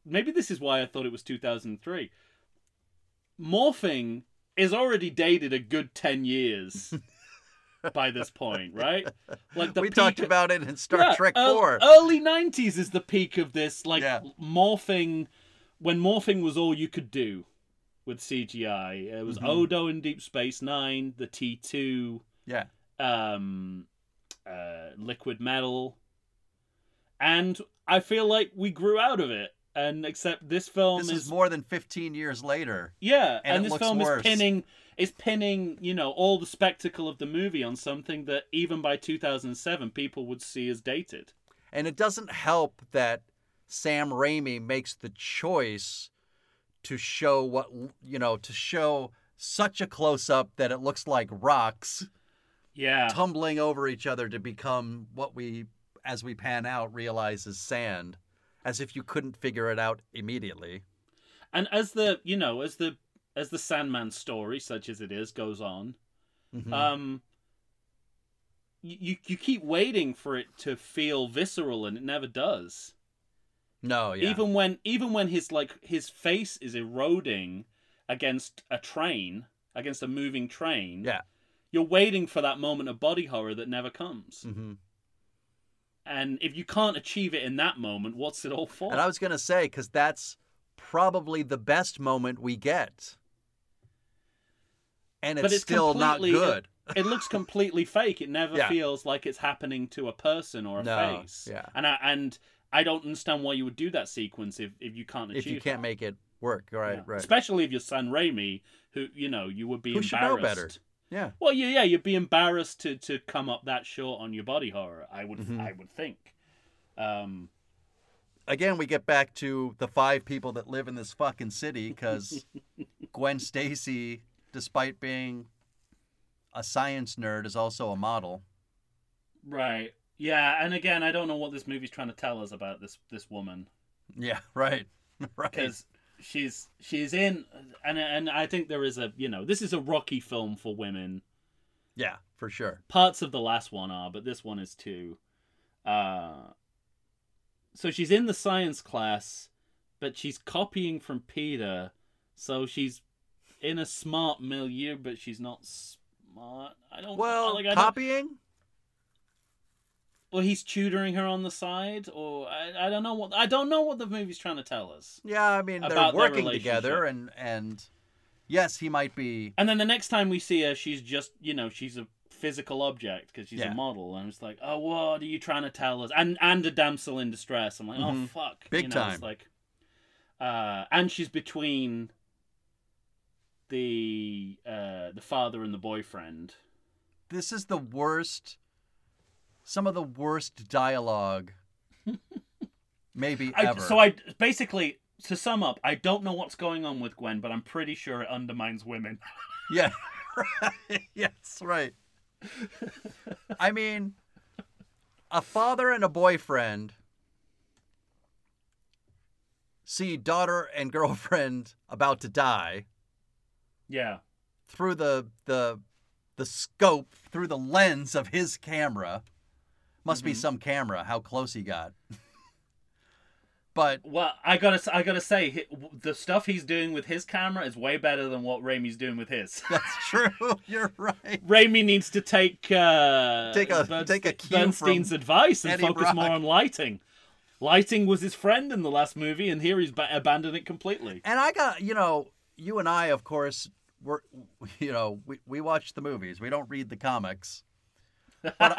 C: maybe this is why I thought it was 2003. Morphing is already dated a good 10 years by this point, right? Like the
B: we
C: peak
B: talked about it in Star
C: Yeah, uh,
B: Trek
C: ear-
B: Four.
C: Early 90s is the peak of this like
B: Yeah.
C: morphing when morphing was all you could do with CGI. It was
B: Mhm.
C: Odo in Deep Space 9, the T2
B: yeah,
C: um, uh, liquid metal, and I feel like we grew out of it. And except this film
B: this is more than fifteen years later.
C: yeah, and,
B: and it
C: this
B: looks
C: film
B: worse.
C: is pinning is pinning you know all the spectacle of the movie on something that even by 2007 people would see as dated.
B: And it doesn't help that Sam Raimi makes the choice to show what, you know, to show such a close up that it looks like rocks
C: Yeah,
B: tumbling over each other to become what we, as we pan out, realize is sand, as if you couldn't figure it out immediately.
C: and as the you know as the as the Sandman story, such as it is, goes on,
B: Mhm.
C: um y- you you keep waiting for it to feel visceral and it never does
B: no, Oh, yeah.
C: even when even when his like his face is eroding against a train against a moving train
B: Yeah.
C: you're waiting for that moment of body horror that never comes
B: hmm
C: and if you can't achieve it in that moment what's it all for
B: And I was going to say, because that's probably the best moment we get. And it's,
C: But it's
B: still not
C: completely-
B: good.
C: it looks completely fake it never
B: Yeah.
C: feels like it's happening to a person or a
B: No,
C: face
B: yeah.
C: and i and i don't understand why you would do that sequence if if you can't achieve
B: if you
C: that.
B: can't make it work. Right,
C: Yeah.
B: right.
C: Especially if you're San Raimi, who you know you would be
B: Who should
C: embarrassed.
B: know better. Yeah.
C: Well, yeah, yeah, you'd be embarrassed to to come up that short on your body horror. I would,
B: Mhm.
C: I would think. Um,
B: Again, we get back to the five people that live in this fucking city because Gwen Stacy, despite being a science nerd, is also a model.
C: right. Yeah, and again, I don't know what this movie's trying to tell us about this this woman
B: Yeah, right. Right.
C: because she's she's in, and and I think there is a you know this is a rocky film for women.
B: Yeah, for sure.
C: parts of the last one are, but this one is too. Uh, so she's in the science class, but she's copying from Peter. So she's in a smart milieu, but she's not smart. I don't
B: Well,
C: like, I don't,
B: copying?
C: or he's tutoring her on the side, or I, I don't know what I don't know what the movie's trying to tell us.
B: Yeah, I mean, they're
C: About their
B: working together
C: relationship.
B: and and yes, he might be
C: And then the next time we see her, she's just you know she's a physical object because she's
B: Yeah.
C: a model, and it's like, oh, what are you trying to tell us? And and a damsel in distress. I'm like, oh
B: Mhm.
C: fuck,
B: Big
C: you know,
B: time.
C: It's like, uh, and she's between the uh, the father and the boyfriend.
B: this is the worst some of the worst dialogue maybe
C: I,
B: ever.
C: so I basically to sum up, I don't know what's going on with Gwen, but I'm pretty sure it undermines women.
B: Yeah. right. yes, right. I mean, a father and a boyfriend see daughter and girlfriend about to die
C: yeah.
B: through the the the scope, through the lens of his camera. Must be
C: Mhm.
B: some camera. How close he got. but
C: Well, I gotta, s- I gotta say, hi- w- the stuff he's doing with his camera is way better than what Raimi's doing with his.
B: that's true. You're right.
C: Raimi needs to take uh,
B: Take a- take a cue
C: Bernstein's
B: from
C: advice and
B: Eddie
C: focus
B: Brock.
C: more on lighting. Lighting was his friend in the last movie, and here he's ba- abandoned it completely.
B: And I got, you know, you and I, of course, we're, you know, we, we watch the movies. We don't read the comics. But,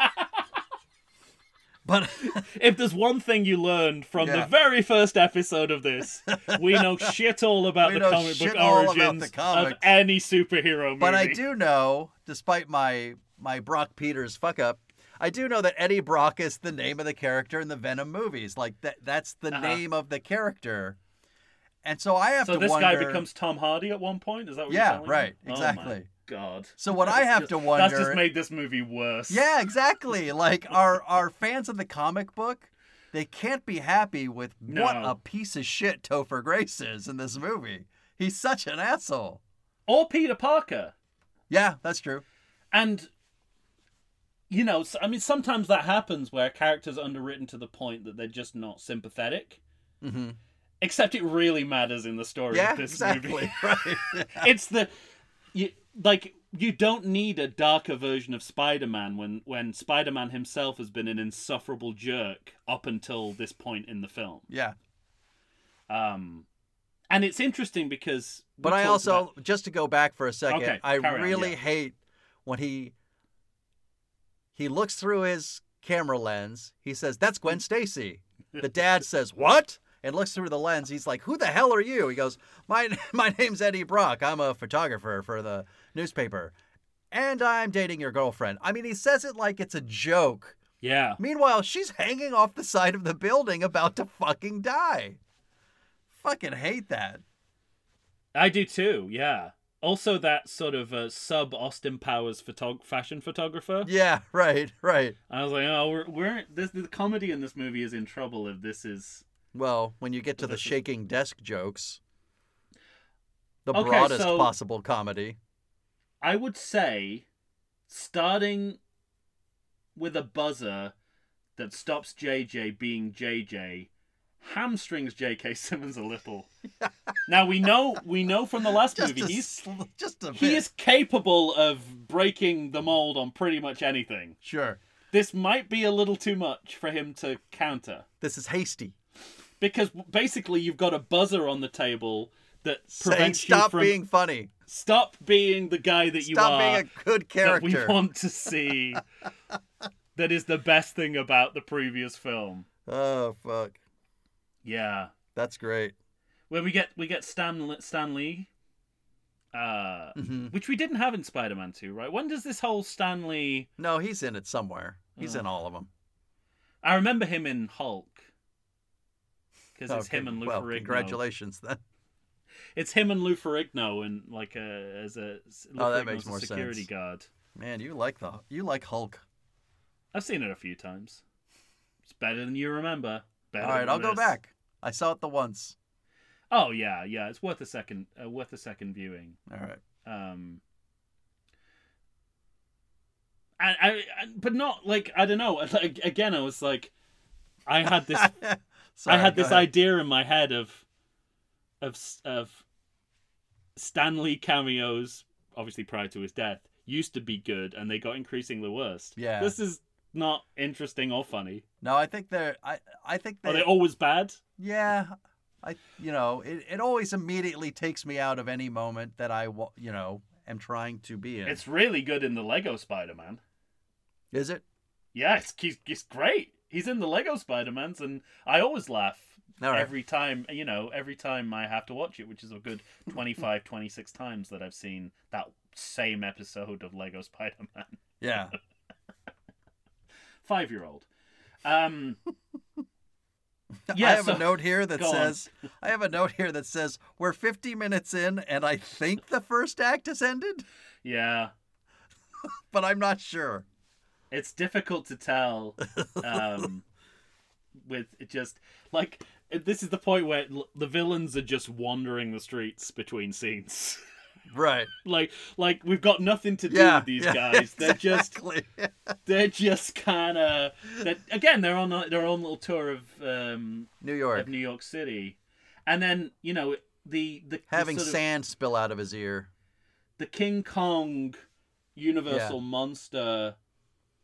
B: but
C: If there's one thing you learned from
B: Yeah.
C: the very first episode of this, we know shit all about
B: We
C: the
B: know
C: comic book
B: shit all about the
C: origins of
B: comics.
C: any superhero movie.
B: but I do know, despite my my Brock Peters fuck up, I do know that Eddie Brock is the name of the character in the Venom movies. Like that that's the
C: Uh-huh.
B: name of the character. And so I have
C: So
B: to
C: this
B: wonder
C: guy becomes Tom Hardy at one point. Is that what
B: Yeah,
C: you're telling
B: right,
C: me? Oh my
B: exactly.
C: God.
B: So what I
C: That's
B: have
C: just-
B: to wonder
C: That's just made this movie worse.
B: Yeah, exactly. Like our our fans of the comic book, they can't be happy with what
C: No.
B: a piece of shit Topher Grace is in this movie. He's such an asshole.
C: Or Peter Parker.
B: Yeah, that's true.
C: and you know s- i mean sometimes that happens where characters are underwritten to the point that they're just not sympathetic
B: hmm
C: except it really matters in the story
B: Yeah,
C: of this movie
B: exactly. right.
C: it's the you like you don't need a darker version of spider-man when when spider-man himself has been an insufferable jerk up until this point in the film
B: Yeah,
C: um and it's interesting because we
B: but I
C: talked
B: also
C: about-
B: just to go back for a second,
C: Okay,
B: I
C: carry on,
B: really
C: yeah.
B: hate when he he looks through his camera lens. He says, "That's Gwen Stacy." The dad says, "What?" And looks through the lens. He's like, "Who the hell are you?" He goes, "My my name's Eddie Brock. I'm a photographer for the newspaper, and I'm dating your girlfriend." I mean, he says it like it's a joke.
C: yeah
B: Meanwhile, she's hanging off the side of the building, about to fucking die. Fucking hate that.
C: I do too. Yeah. Also, that sort of uh, sub Austin Powers photog- fashion photographer.
B: Yeah, right, right.
C: I was like, oh, we're, we're this, the comedy in this movie is in trouble if this is
B: Well, when you get to
C: But
B: the
C: this is-
B: shaking desk jokes, the
C: Okay,
B: broadest
C: so-
B: possible comedy.
C: I would say starting with a buzzer that stops JJ being JJ hamstrings JK Simmons a little. now we know we know from the last
B: Just
C: movie
B: a,
C: he's
B: sl- just a bit.
C: he is capable of breaking the mold on pretty much anything.
B: sure.
C: This might be a little too much for him to counter.
B: This is hasty.
C: Because basically, you've got a buzzer on the table that
B: Saying
C: prevents you
B: stop
C: from
B: being funny.
C: stop being the guy that you
B: stop
C: are
B: being a good
C: that we
B: character.
C: want to see. that is the best thing about the previous film.
B: Oh fuck.
C: Yeah,
B: That's great.
C: where we get we get Stan Stan Lee, uh,
B: Mhm.
C: which we didn't have in Spider Man Two, right? When does this whole Stan Lee?
B: No, he's in it somewhere. He's
C: Oh.
B: in all of them.
C: I remember him in Hulk. Because it's
B: Okay,
C: him and Lou
B: Oh, well,
C: Ferrigno.
B: congratulations then.
C: It's him and Lou Ferrigno, and like a, as a Lou
B: Oh, that
C: Ferrigno's
B: makes
C: a
B: more
C: security
B: sense.
C: guard.
B: Man, you like the you like Hulk.
C: I've seen it a few times. It's better than you remember. Better
B: all right,
C: than
B: I'll go
C: this.
B: back. I saw it the once.
C: Oh yeah, yeah. It's worth a second. Uh, worth a second viewing.
B: All right.
C: Um, and I, and- but not like I don't know. Like again, I was like, I had this, I
B: Sorry,
C: had
B: go
C: this
B: ahead.
C: idea in my head of, of s- of. Stanley cameos, obviously prior to his death, used to be good, and they got increasingly worse.
B: Yeah.
C: This is not interesting or funny.
B: No, I think they're I I think
C: Are Oh, they always bad?
B: Yeah, I you know it, it always immediately takes me out of any moment that I wa- you know am trying to be in.
C: It's really good in the Lego Spider Man.
B: Is it
C: Yeah, it's, he's, he's great. He's in the Lego Spider Mans, and I always laugh
B: all right?
C: every time, you know, every time I have to watch it, which is a good 25, 26 times that I've seen that same episode of Lego Spider Man.
B: Yeah,
C: Five year old. Um, Yeah,
B: I have
C: so-
B: a note here that
C: go on.
B: says I have a note here that says we're 50 minutes in and I think the first act has ended,
C: Yeah.
B: but I'm not sure.
C: it's difficult to tell um with it just like this is the point where l- the villains are just wandering the streets between scenes
B: Right.
C: like like we've got nothing to do
B: Yeah,
C: with these
B: yeah,
C: guys they're just
B: Exactly.
C: they're just kind of again they're on a- their own little tour of um
B: New York
C: of New York City and then you know the the the
B: having
C: sort of-
B: sand spill out of his ear.
C: the King Kong Universal monster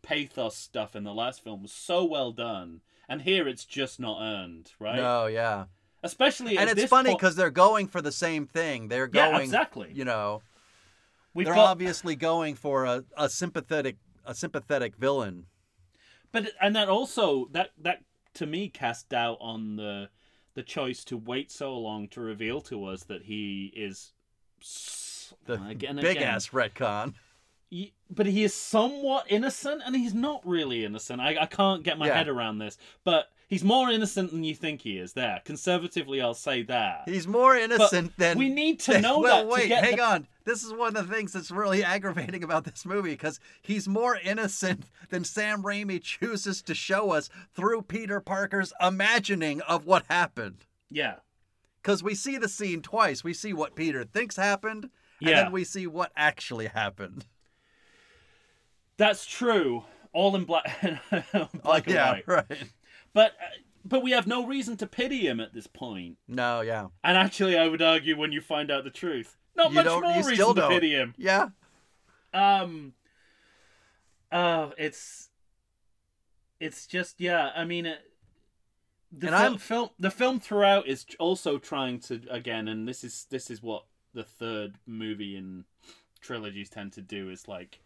C: pathos stuff in the last film was so well done, and here it's just not earned, right?
B: No, yeah.
C: Especially
B: And
C: at
B: it's
C: this
B: funny
C: point-
B: because they're going for the same thing. They're
C: yeah,
B: going,
C: exactly.
B: you know,
C: We've
B: they're
C: got,
B: obviously going for a, a sympathetic a sympathetic villain.
C: but and that also that that to me cast doubt on the the choice to wait so long to reveal to us that he is s-
B: The
C: again,
B: big
C: again.
B: ass retcon.
C: Y- but he is somewhat innocent and he's not really innocent i, I can't get my
B: Yeah.
C: head around this but he's more innocent than you think he is there conservatively i'll say that
B: He's more innocent than
C: we need to know
B: well,
C: that
B: wait,
C: to get
B: hang
C: the-
B: on. This is one of the things that's really aggravating about this movie because he's more innocent than Sam Raimi chooses to show us through Peter Parker's imagining of what happened.
C: yeah
B: Because we see the scene twice. We see what Peter thinks happened, and
C: Yeah.
B: then we see what actually happened.
C: that's true all in black, black
B: Oh, yeah,
C: and white
B: right.
C: but uh, but we have no reason to pity him at this point
B: No, yeah.
C: and actually i would argue when you find out the truth not
B: You
C: much
B: don't-
C: more
B: you
C: reason
B: still
C: to
B: don't.
C: pity him
B: Yeah.
C: um uh it's it's just yeah i mean it, the
B: And
C: fil-
B: I'm-
C: film the film throughout is tr- also trying to again and this is this is what the third movie in trilogies tend to do is like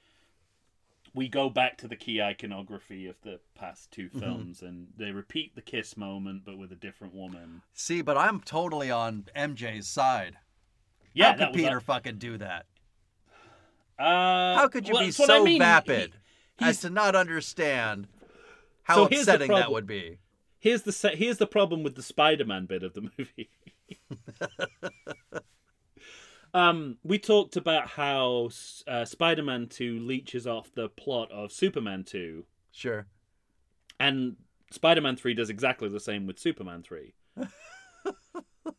C: we go back to the key iconography of the past two
B: Mm-hmm.
C: films and they repeat the kiss moment but with a different woman
B: See, but I'm totally on MJ's side.
C: yeah that
B: How could
C: was
B: Peter
C: a-
B: fucking do that?
C: uh,
B: How could you
C: well,
B: be
C: that's what I
B: so
C: mean. He-
B: vapid as
C: he's-
B: to not understand how
C: So here's the
B: upsetting that
C: problem.
B: would be?
C: Here's the se- here's the problem with the Spider-Man bit of the movie. um, we talked about how uh, Spider-Man Two leeches off the plot of Superman Two,
B: Sure.
C: and Spider-Man Three does exactly the same with Superman Three,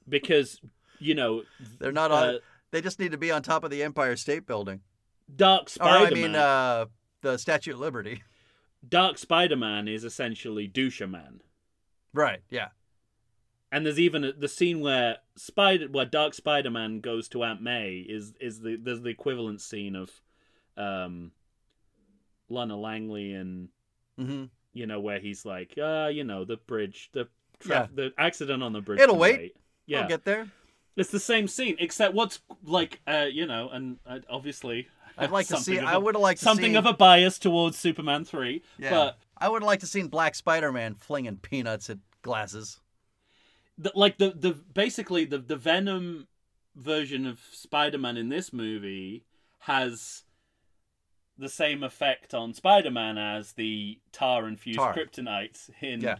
C: because you know,
B: They're not on.
C: uh,
B: they just need to be on top of the Empire State Building.
C: Dark
B: Or I
C: Spider-Man,
B: mean, uh, the Statue of Liberty.
C: Dark Spider-Man is essentially Douche Man.
B: Right. Yeah.
C: And there's even a, the scene where Spider, where Dark Spider-Man goes to Aunt May is is the there's the equivalent scene of, um, Lana Langley and
B: hmm
C: you know where he's like, uh, you know the bridge, the
B: Yeah.
C: traf- the accident on the bridge.
B: It'll
C: can
B: wait.
C: Yeah,
B: I'll get there.
C: it's the same scene except what's like, uh, you know, and uh, obviously
B: I'd like to see.
C: something of
B: I
C: a-
B: would have liked to
C: something
B: see,
C: of a bias towards Superman three,
B: Yeah.
C: but
B: I would have liked to seen Black Spider-Man flinging peanuts at glasses.
C: the, like the the basically the the Venom version of Spider-Man in this movie has the same effect on Spider-Man as the tar infused
B: Tar.
C: kryptonites in
B: Yeah.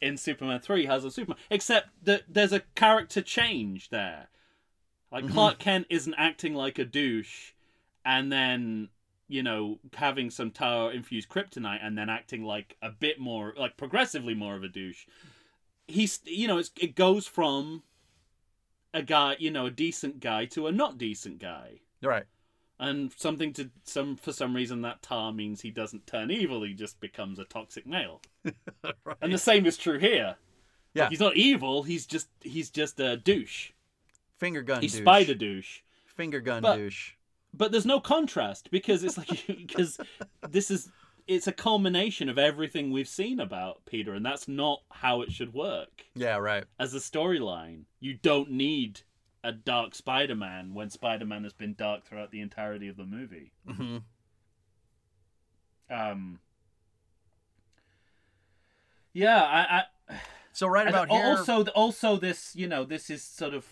C: in Superman 3 has on Superman except that there's a character change there. Like
B: Mhm.
C: Clark Kent isn't acting like a douche and then you know having some tar infused kryptonite and then acting like a bit more like progressively more of a douche he's you know it's, it goes from a guy you know a decent guy to a not decent guy
B: Right.
C: and something to some for some reason that tar means he doesn't turn evil he just becomes a toxic male
B: Right.
C: and the same is true here Like,
B: Yeah.
C: he's not evil he's just he's just a douche
B: Finger gun.
C: he's
B: douche.
C: spider douche
B: Finger gun
C: But-
B: douche.
C: but there's no contrast because it's like because this is it's a culmination of everything we've seen about peter and that's not how it should work
B: Yeah. Right.
C: as a storyline. You don't need a dark Spider-Man when Spider-Man has been dark throughout the entirety of the movie.
B: hmm
C: Um, yeah, I, I
B: So right about
C: and
B: here.
C: also also this you know this is sort of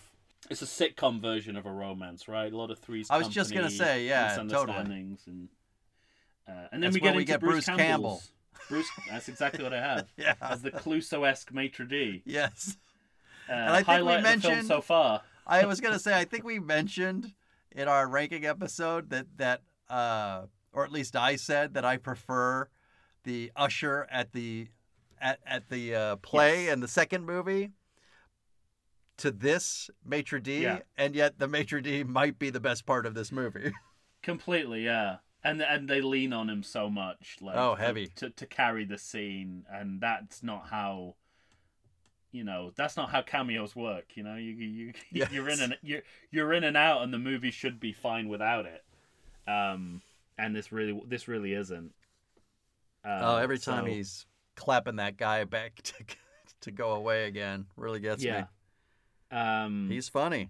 C: it's a sitcom version of a romance, right? A lot of threes.
B: I was just gonna
C: Company,
B: say, yeah, totally.
C: misunderstandings and uh, and then
B: That's
C: we
B: where
C: get
B: we
C: into
B: get
C: Bruce,
B: Bruce Campbell.
C: Campbell's Bruce. That's exactly what I have
B: Yeah.
C: as the Clouseau-esque maitre d.
B: Yes.
C: Uh,
B: I think we
C: highlight of the film
B: mentioned-
C: so far.
B: I was gonna say I think we mentioned in our ranking episode that that uh, or at least I said that I prefer the usher at the at, at the uh, play
C: Yes.
B: and the second movie to this maitre d
C: Yeah.
B: and yet the maitre d might be the best part of this movie
C: Completely, yeah. And and they lean on him so much, like
B: Oh,
C: to-
B: heavy.
C: to to carry the scene, and that's not how. You know, that's not how cameos work. You know, you you
B: Yes.
C: you're in and you're you're in and out, and the movie should be fine without it. Um, and this really this really isn't. Uh,
B: oh every time
C: so-
B: he's clapping that guy back to, to go away again really gets
C: yeah. Um,
B: me he's funny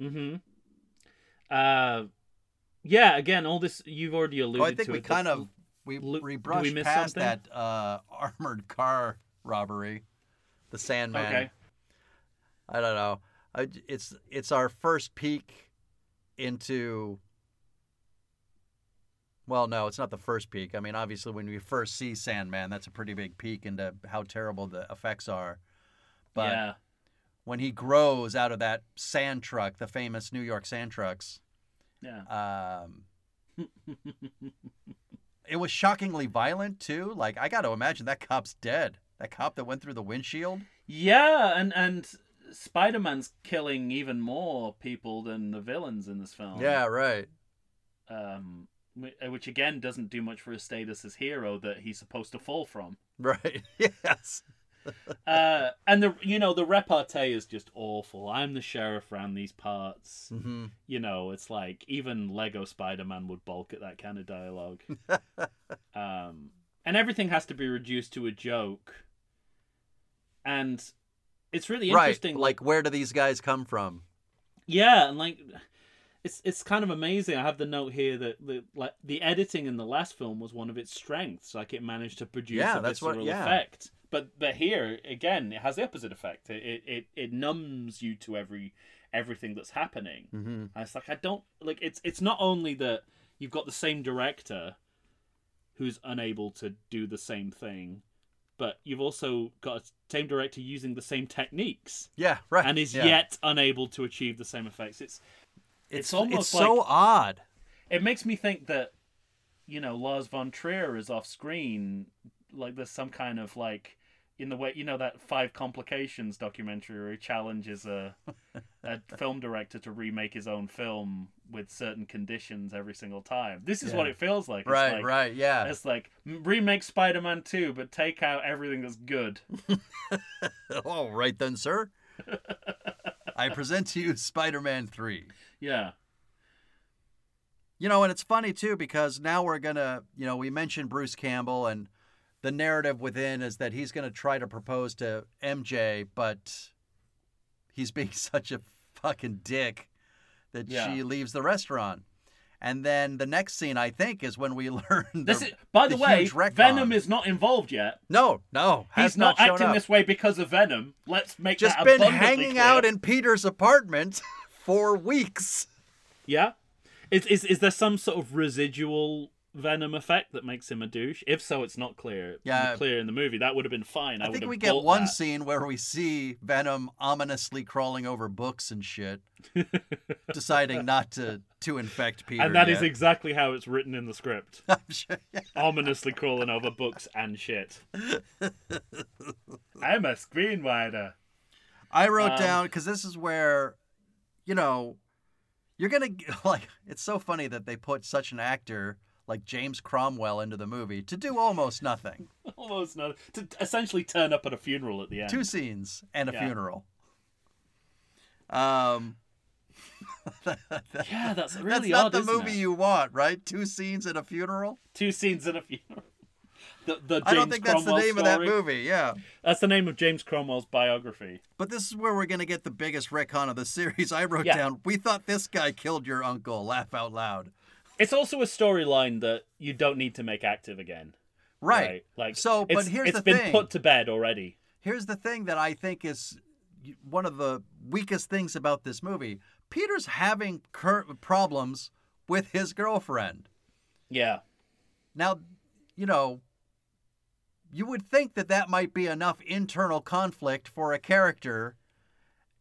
C: hmm Uh, yeah. Again, all this you've already alluded
B: Oh, I think
C: to.
B: we
C: it, the-
B: kind of we,
C: Lu-
B: we
C: do we
B: brushed
C: miss
B: past
C: something?
B: that uh, armored car robbery, the Sandman.
C: okay.
B: I don't know. I j- it's it's our first peek into. Well, no, it's not the first peek. I mean, obviously, when we first see Sandman, that's a pretty big peek into how terrible the effects are. But
C: yeah.
B: when he grows out of that sand truck, the famous New York sand trucks,
C: Yeah.
B: um, it was shockingly violent too. Like I got to imagine that cop's dead. That cop that went through the windshield.
C: Yeah, and and Spider-Man's killing even more people than the villains in this film.
B: right.
C: Um, whi- which again doesn't do much for his status as hero that he's supposed to fall from.
B: Right. yes.
C: Uh, and the you know the repartee is just awful. I'm the sheriff around these parts.
B: hmm
C: You know, it's like even Lego Spider-Man would balk at that kind of dialogue. um, and everything has to be reduced to a joke. And it's really
B: Right.
C: interesting.
B: Like, where do these guys come from?
C: Yeah, and like it's it's kind of amazing. I have the note here that the like the editing in the last film was one of its strengths. Like it managed to produce
B: Yeah,
C: a
B: that's what-
C: visceral
B: yeah.
C: effect. But but here again, it has the opposite effect. It it, it, it numbs you to every everything that's happening.
B: Mm-hmm.
C: And it's like I don't like it's it's not only that you've got the same director who's unable to do the same thing, but you've also got a same director using the same techniques
B: Yeah. Right.
C: and is
B: yeah.
C: yet unable to achieve the same effects. It's
B: it's,
C: it's almost
B: it's so
C: like-
B: odd.
C: it makes me think that you know Lars von Trier is off screen, like there's some kind of like in the way you know that Five Complications documentary where he challenges a a film director to remake his own film with certain conditions every single time. This is
B: Yeah.
C: what it feels like. It's
B: Right.
C: like,
B: right. Yeah.
C: It's like "M- remake Spider-Man 2, but take out everything that's good.
B: All right then, sir. I present to you Spider-Man Three.
C: Yeah,
B: You know, and it's funny too because now we're gonna, you know, we mentioned Bruce Campbell, and the narrative within is that he's gonna try to propose to MJ, but he's being such a fucking dick that
C: Yeah.
B: she leaves the restaurant. And then the next scene, I think, is when we learn.
C: this
B: the-
C: is. By the,
B: the
C: way,
B: huge retcon.
C: Venom is not involved yet.
B: no, no, has
C: He's not,
B: shown
C: acting
B: up.
C: this way because of Venom. Let's make
B: Just
C: that
B: been
C: abundantly
B: hanging
C: clear.
B: out in Peter's apartment for weeks.
C: Yeah. Is, is is there some sort of residual venom effect that makes him a douche? If so, it's not clear. It's
B: Yeah.
C: Clear in the movie. That would have been fine. I,
B: I
C: would
B: think
C: have
B: we get
C: bought
B: one
C: that.
B: scene where we see Venom ominously crawling over books and shit, deciding not to to infect Peter.
C: and that is
B: yet.
C: exactly how it's written in the script.
B: I'm sure- yeah.
C: Ominously crawling over books and shit. I'm a screenwriter.
B: I wrote
C: Um,
B: down because this is where, you know, you're gonna g- like. It's so funny that they put such an actor like James Cromwell into the movie to do almost nothing.
C: Almost not to essentially turn up at a funeral at the end.
B: Two scenes and a
C: Yeah.
B: funeral. Um,
C: yeah, that's really
B: that's not
C: odd,
B: the
C: isn't
B: movie
C: it?
B: you want, right? Two scenes and a funeral.
C: Two scenes at a funeral. The, the James
B: I don't think that's the
C: Cromwell
B: name of that
C: story.
B: movie. Yeah.
C: That's the name of James Cromwell's biography.
B: But this is where we're going to get the biggest retcon of the series. I wrote
C: Yeah.
B: down, we thought this guy killed your uncle. Laugh out loud.
C: It's also a storyline that you don't need to make active again.
B: Right.
C: Like
B: So, but
C: it's-
B: here's the
C: It's been
B: thing.
C: put to bed already.
B: Here's the thing that I think is one of the weakest things about this movie. Peter's having current problems with his girlfriend.
C: Yeah.
B: Now, you know, you would think that that might be enough internal conflict for a character,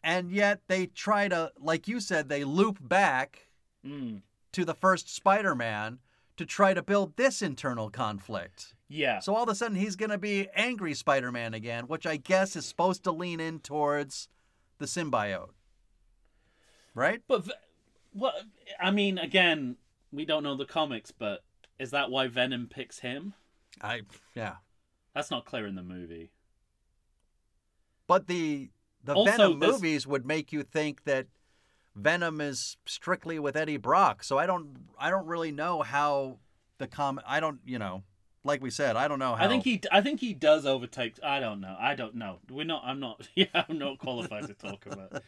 B: and yet they try to, like you said, they loop back
C: Mm.
B: to the first Spider Man to try to build this internal conflict.
C: Yeah.
B: So all of a sudden, he's going to be angry Spider Man again, which I guess is supposed to lean in towards the symbiote. Right?
C: But v- what I mean, again, we don't know the comics, but is that why Venom picks him?
B: I, yeah.
C: That's not clear in the movie.
B: But the the
C: Also,
B: Venom
C: this-
B: movies would make you think that Venom is strictly with Eddie Brock. So I don't I don't really know how the com I don't you know like we said I don't know how
C: I think he, I think he does overtake. I don't know. I don't know. We're not. I'm not. Yeah, I'm not qualified to talk about.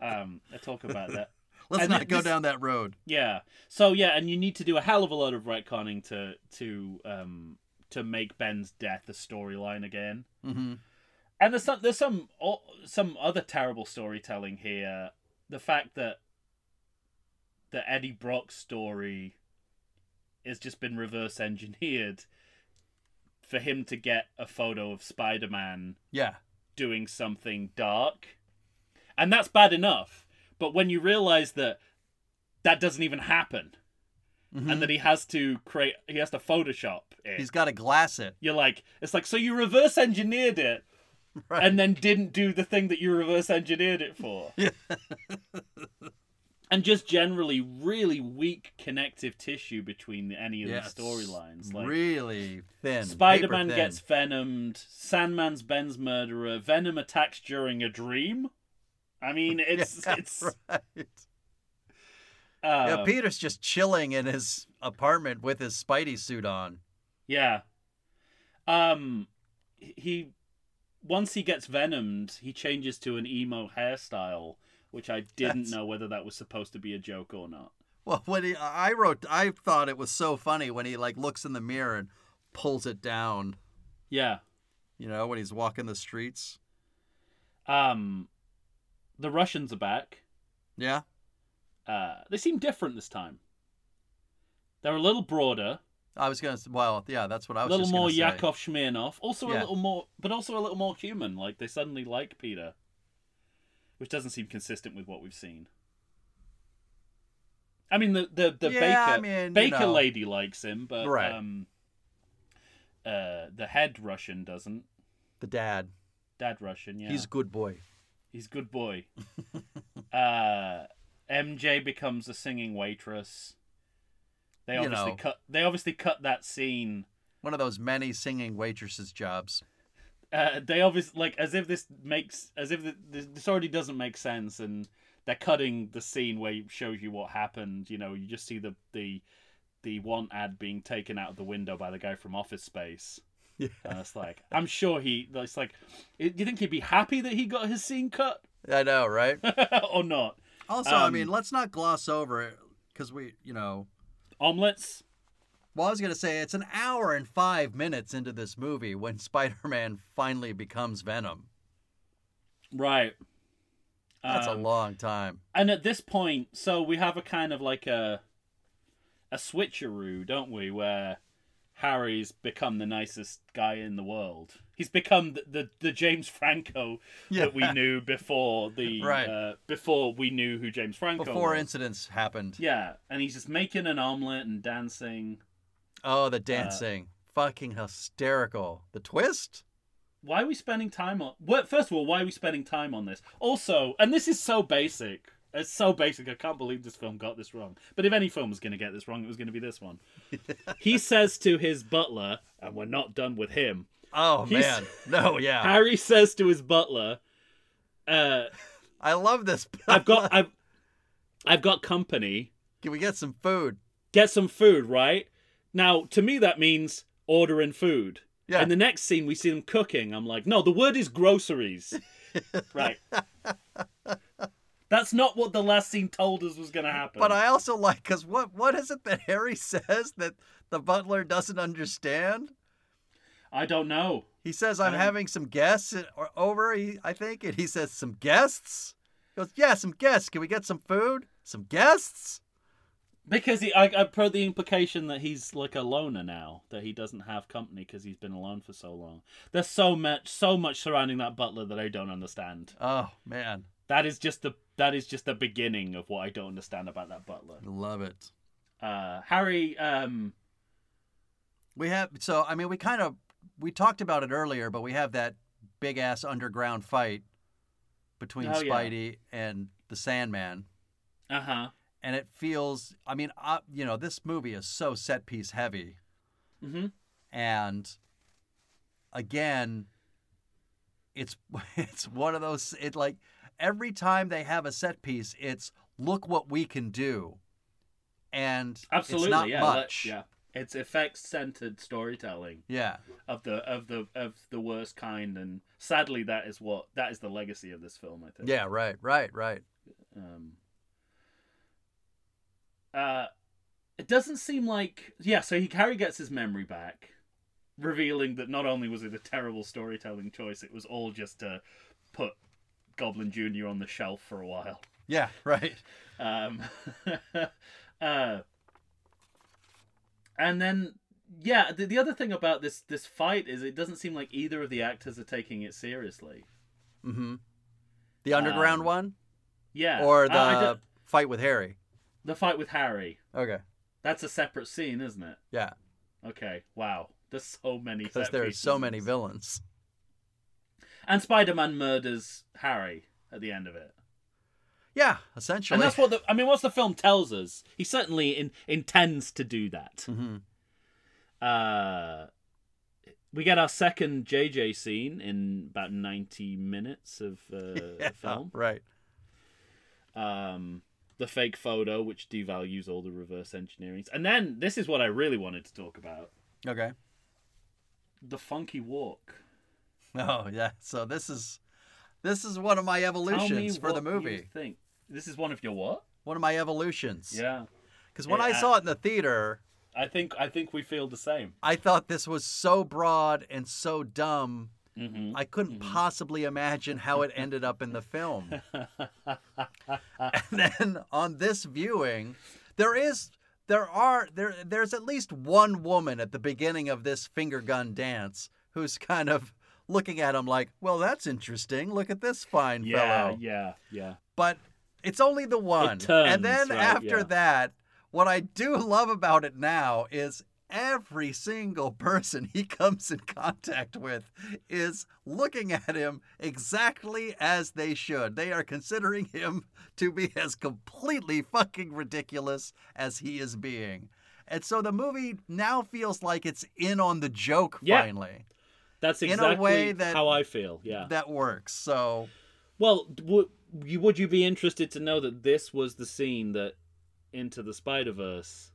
C: Um, to talk about that.
B: let's
C: and
B: not
C: th-
B: go
C: this-
B: down that road.
C: Yeah. So yeah, and you need to do a hell of a lot of retconning to to um to make Ben's death a storyline again.
B: Mm-hmm.
C: And there's some there's some o- some other terrible storytelling here. The fact that the Eddie Brock story has just been reverse engineered for him to get a photo of Spider-Man
B: Yeah.
C: doing something dark. And that's bad enough. But when you realize that that doesn't even happen
B: Mhm.
C: and that he has to create he has to photoshop it.
B: He's got to glass it.
C: You're like it's like so you reverse engineered it
B: Right.
C: and then didn't do the thing that you reverse engineered it for.
B: Yeah.
C: and just generally really weak connective tissue between any of
B: Yes.
C: the storylines. Like
B: really thin.
C: Spider-Man
B: paper thin.
C: gets venomed, Sandman's Ben's murderer, Venom attacks during a dream. I mean, it's
B: Yeah,
C: it's
B: right.
C: um,
B: yeah, Peter's just chilling in his apartment with his Spidey suit on.
C: Yeah. Um he once he gets venomed, he changes to an emo hairstyle, which I didn't
B: That's-
C: know whether that was supposed to be a joke or not.
B: Well, when he, I wrote, I thought it was so funny when he like looks in the mirror and pulls it down.
C: Yeah.
B: You know, when he's walking the streets.
C: Um the Russians are back.
B: Yeah,
C: Uh they seem different this time. They're a little broader,
B: I was gonna. s- Well, yeah, that's what I
C: a
B: was.
C: little
B: just
C: more
B: gonna say.
C: Yakov Smirnov, also
B: Yeah.
C: a little more but also a little more human, like they suddenly like Peter. Which doesn't seem consistent with what we've seen. I mean the the, the
B: yeah,
C: baker
B: I mean, you
C: Baker
B: know.
C: lady likes him, but
B: Right.
C: um, uh, the head Russian doesn't.
B: the dad.
C: Dad Russian, yeah,
B: He's a
C: he's
B: good boy.
C: he's good boy. uh, MJ becomes a singing waitress. They
B: You
C: obviously
B: know.
C: cut. They obviously cut that scene.
B: One of those many singing waitresses jobs.
C: Uh, they obviously like as if this makes as if th- this, this already doesn't make sense, and they're cutting the scene where it shows you what happened. You know, you just see the the the want ad being taken out of the window by the guy from Office Space.
B: Yeah.
C: And it's like, I'm sure he. It's like, do you think he'd be happy that he got his scene cut
B: I know, right?
C: or not?
B: Also, I
C: Um,
B: mean, let's not gloss over it because we, you know,
C: Omelets.
B: Well, I was going to say it's an hour and five minutes into this movie when Spider Man finally becomes Venom.
C: Right.
B: That's
C: Um,
B: a long time.
C: And at this point, so we have a kind of like a a switcheroo, don't we? Where Harry's become the nicest guy in the world. He's become the the, the James Franco that we knew before the
B: Right.
C: uh, before we knew who James Franco
B: Before
C: was.
B: incidents happened.
C: yeah, and he's just making an omelet and dancing.
B: Oh,
C: Uh,
B: the dancing. Fucking hysterical. The twist?
C: why are we spending time on what first of all why are we spending time on this also and this is so basic it's so basic i can't believe this film got this wrong but if any film was going to get this wrong it was going to be this one he says to his butler and we're not done with him
B: Oh,
C: He's-
B: man. No, yeah.
C: harry says to his butler uh,
B: I love this.
C: i've got i've i've got company
B: Can we get some food?
C: get some food right now to me that means ordering food
B: Yeah.
C: And the next scene, we see them cooking. I'm like, no, the word is groceries. right. That's not what the last scene told us was going to happen.
B: but I also like, because what, what is it that Harry says that the butler doesn't understand?
C: I don't know.
B: He says, I'm
C: don't-
B: having some guests at- or over, he, I think. And he says, Some guests? He goes, Yeah, some guests. Can we get some food? Some guests?
C: Because he, I, I pro the implication that he's like a loner now, that he doesn't have company because he's been alone for so long. There's so much, so much surrounding that butler that I don't understand.
B: Oh man,
C: That is just the that is just the beginning of what I don't understand about that butler.
B: love it.
C: Uh, Harry, um,
B: We have so I mean we kind of we talked about it earlier, but we have that big ass underground fight between
C: Oh, yeah.
B: Spidey and the Sandman,
C: uh huh,
B: and it feels. I mean, I, you know, this movie is so set piece heavy,
C: mm-hmm.
B: and again, it's it's one of those. It like every time they have a set piece, it's look what we can do, and
C: absolutely,
B: it's not
C: yeah, that-
B: much.
C: yeah. It's effects centered storytelling
B: yeah,
C: of the of the of the worst kind, and sadly, that is what that is the legacy of this film. I think.
B: yeah, right, right, right.
C: Um, uh, it doesn't seem like yeah. So he Harry gets his memory back, revealing that not only was it a terrible storytelling choice, it was all just to put Goblin Junior on the shelf for a while.
B: Yeah, right.
C: Um, uh, and then yeah, the, the other thing about this this fight is it doesn't seem like either of the actors are taking it seriously.
B: Mm-hmm. The underground
C: Um,
B: one
C: Yeah,
B: or the
C: I- I don't-
B: fight with Harry?
C: the fight with Harry.
B: Okay.
C: That's a separate scene, isn't it?
B: Yeah,
C: Okay. Wow. There's so many.
B: because
C: set
B: there are
C: pieces
B: so
C: in
B: many
C: this.
B: villains.
C: And Spider-Man murders Harry at the end of it.
B: Yeah, essentially.
C: And that's what the. I mean, what's the film tells us? He certainly in, intends to do that.
B: hmm
C: Uh, we get our second JJ scene in about 90 minutes of uh, film.
B: Right.
C: Um, the fake photo, which devalues all the reverse engineerings. And then this is what I really wanted to talk about:
B: Okay.
C: the funky walk.
B: Oh yeah. So this is this is one of my
C: Tell me
B: evolutions for the
C: what you
B: movie.
C: think this is one of your what?
B: One of my evolutions.
C: Yeah.
B: Because when
C: Yeah,
B: I
C: I-
B: saw it in the theater,
C: I think I think we feel the same.
B: I thought this was so broad and so dumb.
C: Mm-hmm.
B: I couldn't possibly imagine how it ended up in the film.
C: Mm-hmm.
B: and then on this viewing, there is there are there there's at least one woman at the beginning of this finger gun dance who's kind of looking at him like, "Well, that's interesting. Look at this fine
C: Yeah,
B: fellow."
C: yeah, yeah.
B: But it's only the one.
C: turns,
B: and then
C: right,
B: after
C: yeah.
B: that, what I do love about it now is every single person he comes in contact with is looking at him exactly as they should. They are considering him to be as completely fucking ridiculous as he is being. And so the movie now feels like it's in on the joke
C: Yeah.
B: finally.
C: That's
B: In a
C: exactly
B: way that-
C: how I feel. Yeah.
B: That works. So
C: well, would you would you be interested to know that this was the scene that Into the Spider Verse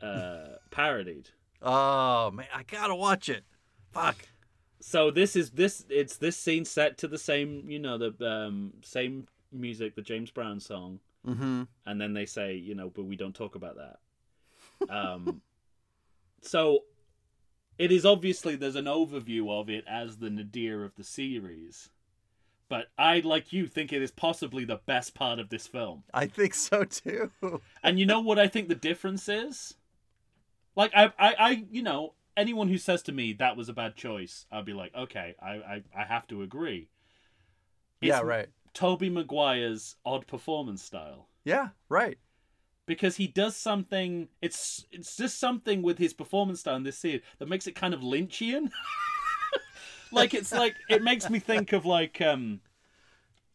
C: uh, parodied?
B: oh man, I gotta watch it. Fuck.
C: So this is this it's this scene set to the same you know the um, same music the James Brown song
B: Mm-hmm.
C: and then they say you know but we don't talk about that um so it is obviously there's an overview of it as the nadir of the series but i like you think it is possibly the best part of this film
B: I think so too.
C: and you know what i think the difference is like i i, I you know anyone who says to me that was a bad choice i'll be like okay i i, I have to agree
B: yeah, right.
C: toby maguire's odd performance style
B: Yeah, right.
C: because he does something. It's it's just something with his performance style in this scene that makes it kind of Lynchian. like it's like it makes me think of like um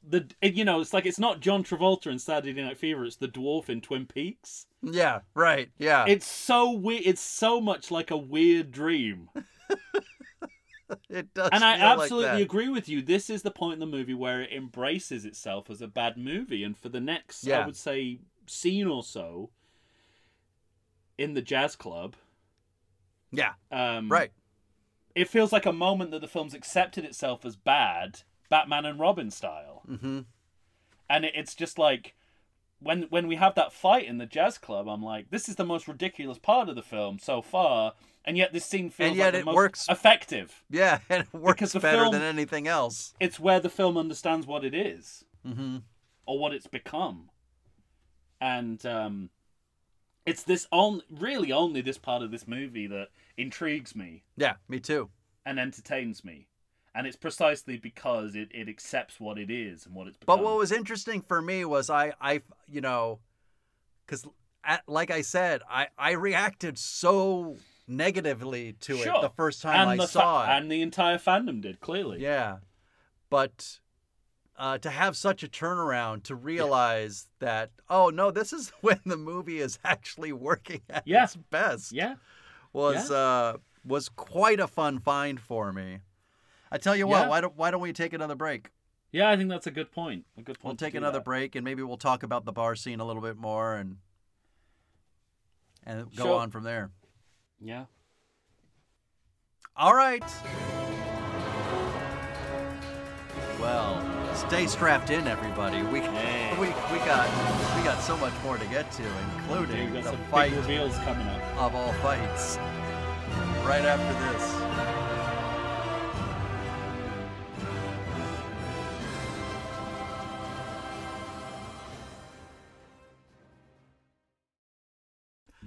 C: the it, you know it's like it's not John Travolta in Saturday Night Fever. It's the dwarf in Twin Peaks.
B: Yeah, right. Yeah. It,
C: It's so weird. It's so much like a weird dream.
B: does.
C: And I
B: feel like
C: absolutely
B: that.
C: agree with you. This is the point in the movie where it embraces itself as a bad movie. And for the next,
B: Yeah.
C: I would say, scene or so in the jazz club,
B: Yeah,
C: um,
B: right.
C: It feels like a moment that the film's accepted itself as bad, Batman and Robin style.
B: Mm-hmm.
C: And it, it's just like. When, when we have that fight in the jazz club, I'm like, this is the most ridiculous part of the film so far, and yet this scene feels
B: And yet
C: like the
B: it
C: most
B: works.
C: effective.
B: Yeah, and it works
C: Because the
B: better
C: film-
B: than anything else.
C: It's where the film understands what it is.
B: Mm-hmm.
C: or what it's become. And um, It's this on really only this part of this movie that intrigues me
B: Yeah, me too.
C: and entertains me. And it's precisely because it, it accepts what it is and what it's
B: But
C: become.
B: what was interesting for me was I, I, you know, because like I said, I, I reacted so negatively to it
C: Sure.
B: the first time
C: and
B: I
C: the fa-
B: saw it.
C: and the entire fandom did clearly.
B: Yeah, but uh, to have such a turnaround to realize that oh no, this is when the movie is actually working at
C: Yeah.
B: its best
C: Yeah.
B: was uh, was quite a fun find for me. I tell you what,
C: Yeah.
B: why don't why don't we take another break?
C: Yeah, I think that's a good point. A good point.
B: We'll
C: to
B: take
C: do
B: another
C: that.
B: break and maybe we'll talk about the bar scene a little bit more and and go
C: Sure.
B: on from there.
C: Yeah.
B: All right. Well, stay strapped in, everybody. We
C: Yeah.
B: we we got we got so much more to get to,
C: Yeah,
B: including
C: we've got
B: the
C: some
B: fight
C: big reveals coming up.
B: of all fights. Right after this.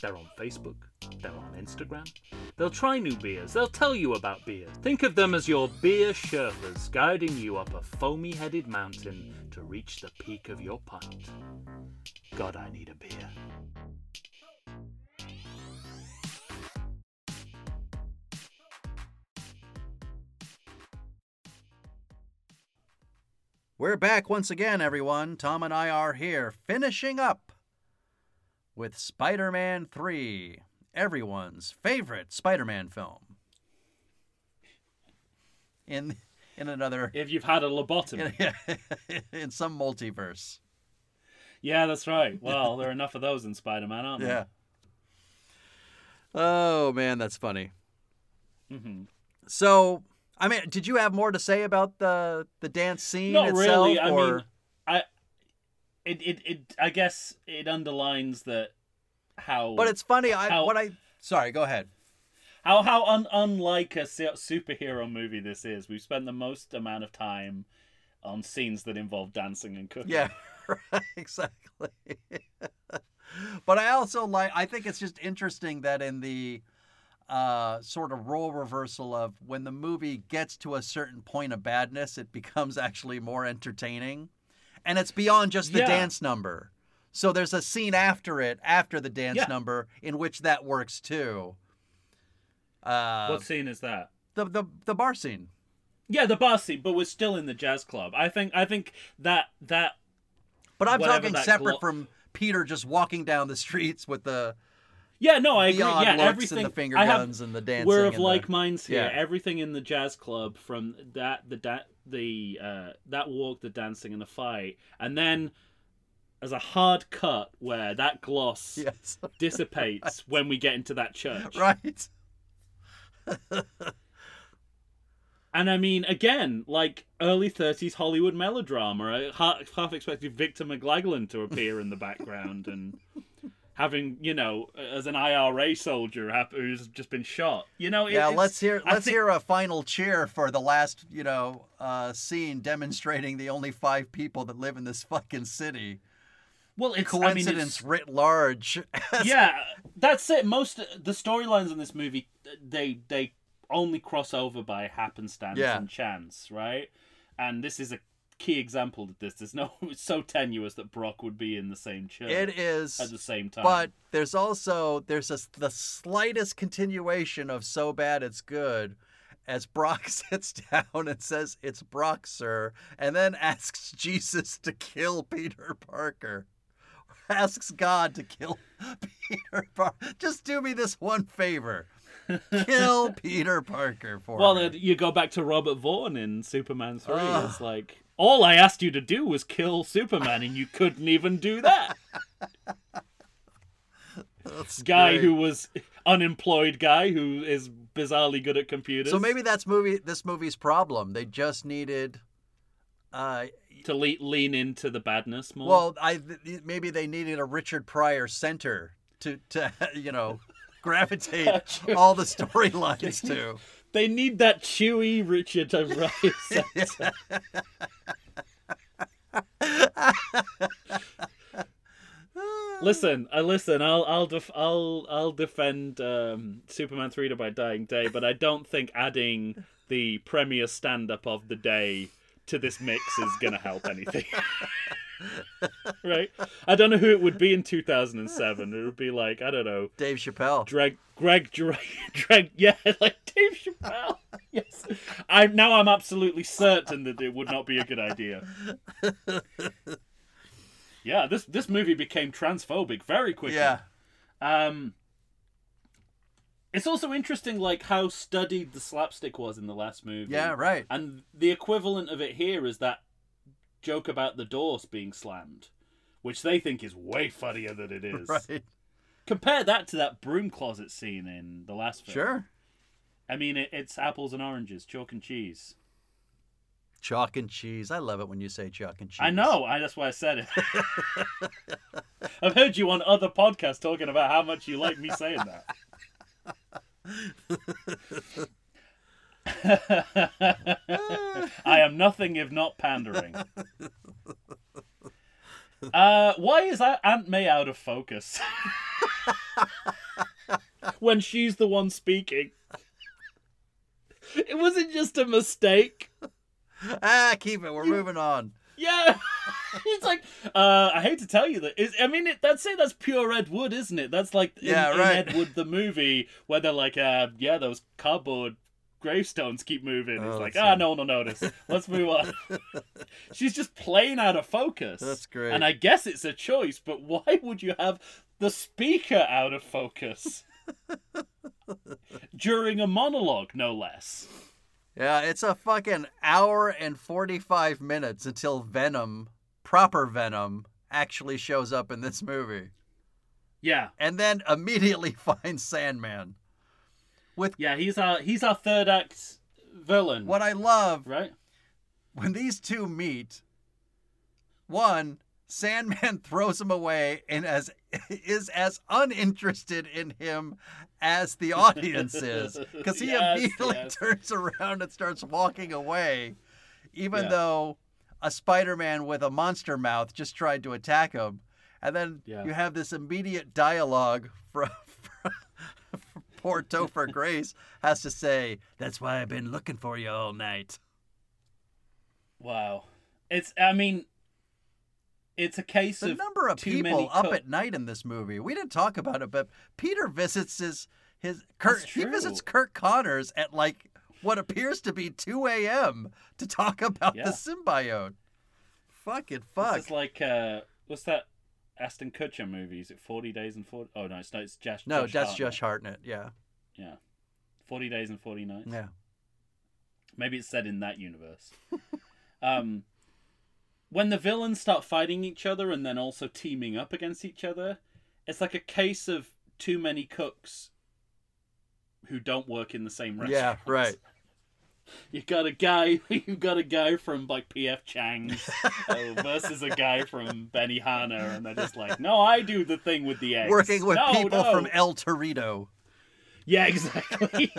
C: They're on Facebook. They're on Instagram. They'll try new beers. They'll tell you about beer. Think of them as your beer Sherpas guiding you up a foamy headed mountain to reach the peak of your pint. God, I need a beer.
B: We're back once again, everyone. Tom and I are here, finishing up with Spider Man 3, everyone's favorite Spider Man film. In, in another,
C: If you've had a lobotomy.
B: in some multiverse.
C: yeah, that's right. Well, there are enough of those in Spider Man, aren't
B: Yeah. Oh, man, that's funny.
C: there? hmm
B: So, I mean, did you have more to say about the, the dance scene
C: Not
B: itself?
C: really. I
B: or-
C: mean, I. It, it, it, I guess it underlines that how
B: but it's funny. I,
C: How-
B: what I, sorry, go ahead.
C: How how un- unlike a su- superhero movie this is. We've spent the most amount of time on scenes that involve dancing and cooking.
B: Yeah, right, exactly. but I also like. I think it's just interesting that in the uh, sort of role reversal of when the movie gets to a certain point of badness, it becomes actually more entertaining, and it's beyond just the
C: Yeah.
B: dance number. So there's a scene after it, after the dance
C: Yeah.
B: number, in which that works too. Uh,
C: What scene is that?
B: the the the bar scene.
C: Yeah, the bar scene, but we're still in the jazz club. I think I think that that
B: But I'm
C: Whatever
B: talking
C: that glo-
B: separate from Peter just walking down the streets with the
C: yeah, no, I
B: the
C: agree.
B: odd
C: Yeah,
B: looks
C: everything
B: and the finger
C: I have-
B: guns and the dancing.
C: We're of
B: and the-
C: like minds here.
B: yeah.
C: Everything in the jazz club, from that the da- the uh, that walk, the dancing, and the fight, and then as a hard cut where that gloss
B: yes,
C: dissipates when we get into that church.
B: right.
C: And I mean, again, like early 30s Hollywood melodrama. I half, half expected Victor McLaglen to appear in the background and having, you know, as an IRA soldier hap- who's just been shot. You know, it-
B: Yeah,
C: it's-
B: let's hear
C: I
B: let's
C: think-
B: hear a final cheer for the last you know uh, scene demonstrating the only five people that live in this fucking city.
C: Well, it's I mean, it's-
B: Coincidence writ large.
C: yeah, that's it. Most the storylines in this movie, they they only cross over by happenstance
B: Yeah.
C: and chance, right? And this is a key example of this. There's no it's so tenuous that Brock would be in the same church
B: it is.
C: at the same time.
B: But there's also there's a, the slightest continuation of so bad it's good, as Brock sits down and says, It's Brock, sir, and then asks Jesus to kill Peter Parker. Asks God to kill Peter Parker. Just do me this one favor kill Peter Parker for
C: Well,
B: me.
C: then you go back to Robert Vaughn in Superman 3.
B: Ugh.
C: It's like, all I asked you to do was kill Superman, and you couldn't even do that.
B: That's
C: Guy
B: great.
C: who was unemployed guy who is bizarrely good at computers.
B: So maybe that's movie. This movie's problem. They just needed. Uh,
C: to le- lean into the badness more.
B: well, I th- maybe they needed a Richard Pryor center to to you know gravitate all the storylines to.
C: they need that chewy Richard O'Reilly. center. listen, I listen. I'll I'll def- I'll I'll defend um, Superman three to my dying day, but I don't think adding the premier stand up of the day to this mix is gonna help anything. right? I don't know who it would be in two thousand and seven. It would be like I don't know.
B: Dave Chappelle.
C: Greg, Greg, Greg, Greg, yeah, like Dave Chappelle. Yes, I'm now. I'm absolutely certain that it would not be a good idea. Yeah, this this movie became transphobic very quickly.
B: Yeah.
C: Um, it's also interesting, like how studied the slapstick was in the last movie.
B: Yeah. Right.
C: And the equivalent of it here is that joke about the doors being slammed, which they think is way funnier than it is.
B: Right.
C: Compare that to that broom closet scene in the last film.
B: Sure.
C: I mean, it, it's apples and oranges, chalk and cheese.
B: Chalk and cheese. I love it when you say chalk and cheese.
C: I know. I, that's why I said it. I've heard you on other podcasts talking about how much you like me saying that.
B: Ah,
C: I am nothing if not pandering. Uh, why is that Aunt May out of focus? when she's the one speaking. It wasn't just a mistake.
B: Ah, keep it. We're moving on.
C: Yeah. it's like, uh, I hate to tell you that. Is, I mean, it, that's say that's pure Ed Wood, isn't it? That's like in,
B: Yeah,
C: in
B: right.
C: Ed Wood the movie where they're like, uh, yeah, those cardboard gravestones keep moving.
B: Oh,
C: it's like,
B: that's
C: ah,
B: right.
C: no one will notice. Let's move on. She's just plain out of focus.
B: That's great.
C: And I guess it's a choice, but why would you have the speaker out of focus? During a monologue, no less.
B: Yeah, it's a fucking hour and 45 minutes until Venom, proper Venom, actually shows up in this movie.
C: Yeah,
B: And then immediately finds Sandman.
C: yeah. He's our he's our third act villain.
B: What I love
C: Right?
B: when these two meet, one, Sandman throws him away and as is as uninterested in him as the audience is because he
C: Yes,
B: immediately
C: yes.
B: turns around and starts walking away, even
C: Yeah.
B: though a Spider-Man with a monster mouth just tried to attack him. And then
C: Yeah.
B: you have this immediate dialogue from, from poor Topher Grace has to say, "That's why I've been looking for you all night."
C: Wow. It's I mean it's a case
B: the
C: of
B: number of
C: too
B: people
C: many
B: up
C: co-
B: at night in this movie. We didn't talk about it, but Peter visits his his Kirk.
C: That's
B: He visits
C: true.
B: Kirk Connors at like what appears to be two a.m. to talk about
C: Yeah.
B: the symbiote. Fucking fuck.
C: It's like uh what's that Aston Kutcher movie? Is it Forty Days and Forty Oh no, it's no it's Josh
B: no,
C: Josh
B: that's
C: Hartnett.
B: Josh Hartnett. Yeah,
C: Yeah. Forty Days and Forty Nights.
B: yeah.
C: Maybe it's said in that universe. um when the villains start fighting each other and then also teaming up against each other, it's like a case of too many cooks who don't work in the same
B: Yeah,
C: restaurant.
B: right.
C: You got a guy. You got a guy from like PF Chang's uh, versus a guy from Benny Hanna, and they're just like, "No, I do the thing with the eggs."
B: Working with
C: No,
B: people
C: no."
B: from El Torito.
C: yeah, exactly.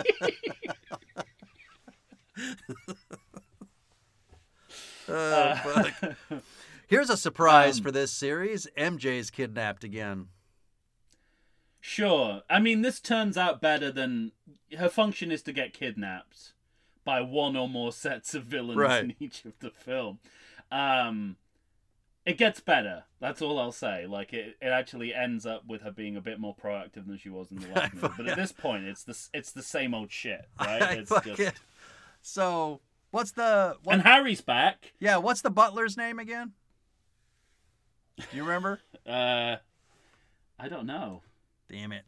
B: Oh,
C: Uh,
B: fuck. Here's a
C: um,
B: surprise for this series. MJ's kidnapped again.
C: sure. I mean, this turns out better than her function is to get kidnapped by one or more sets of villains
B: Right.
C: in each of the film. Um, it gets better. That's all I'll say. Like it, it actually ends up with her being a bit more proactive than she was in the last movie. But at this point, it's the s- it's the same old shit, right?
B: I
C: It's
B: fucking, So what's the what,
C: And Harry's back.
B: yeah? What's the butler's name again? Do you remember?
C: Uh, I don't know.
B: Damn it.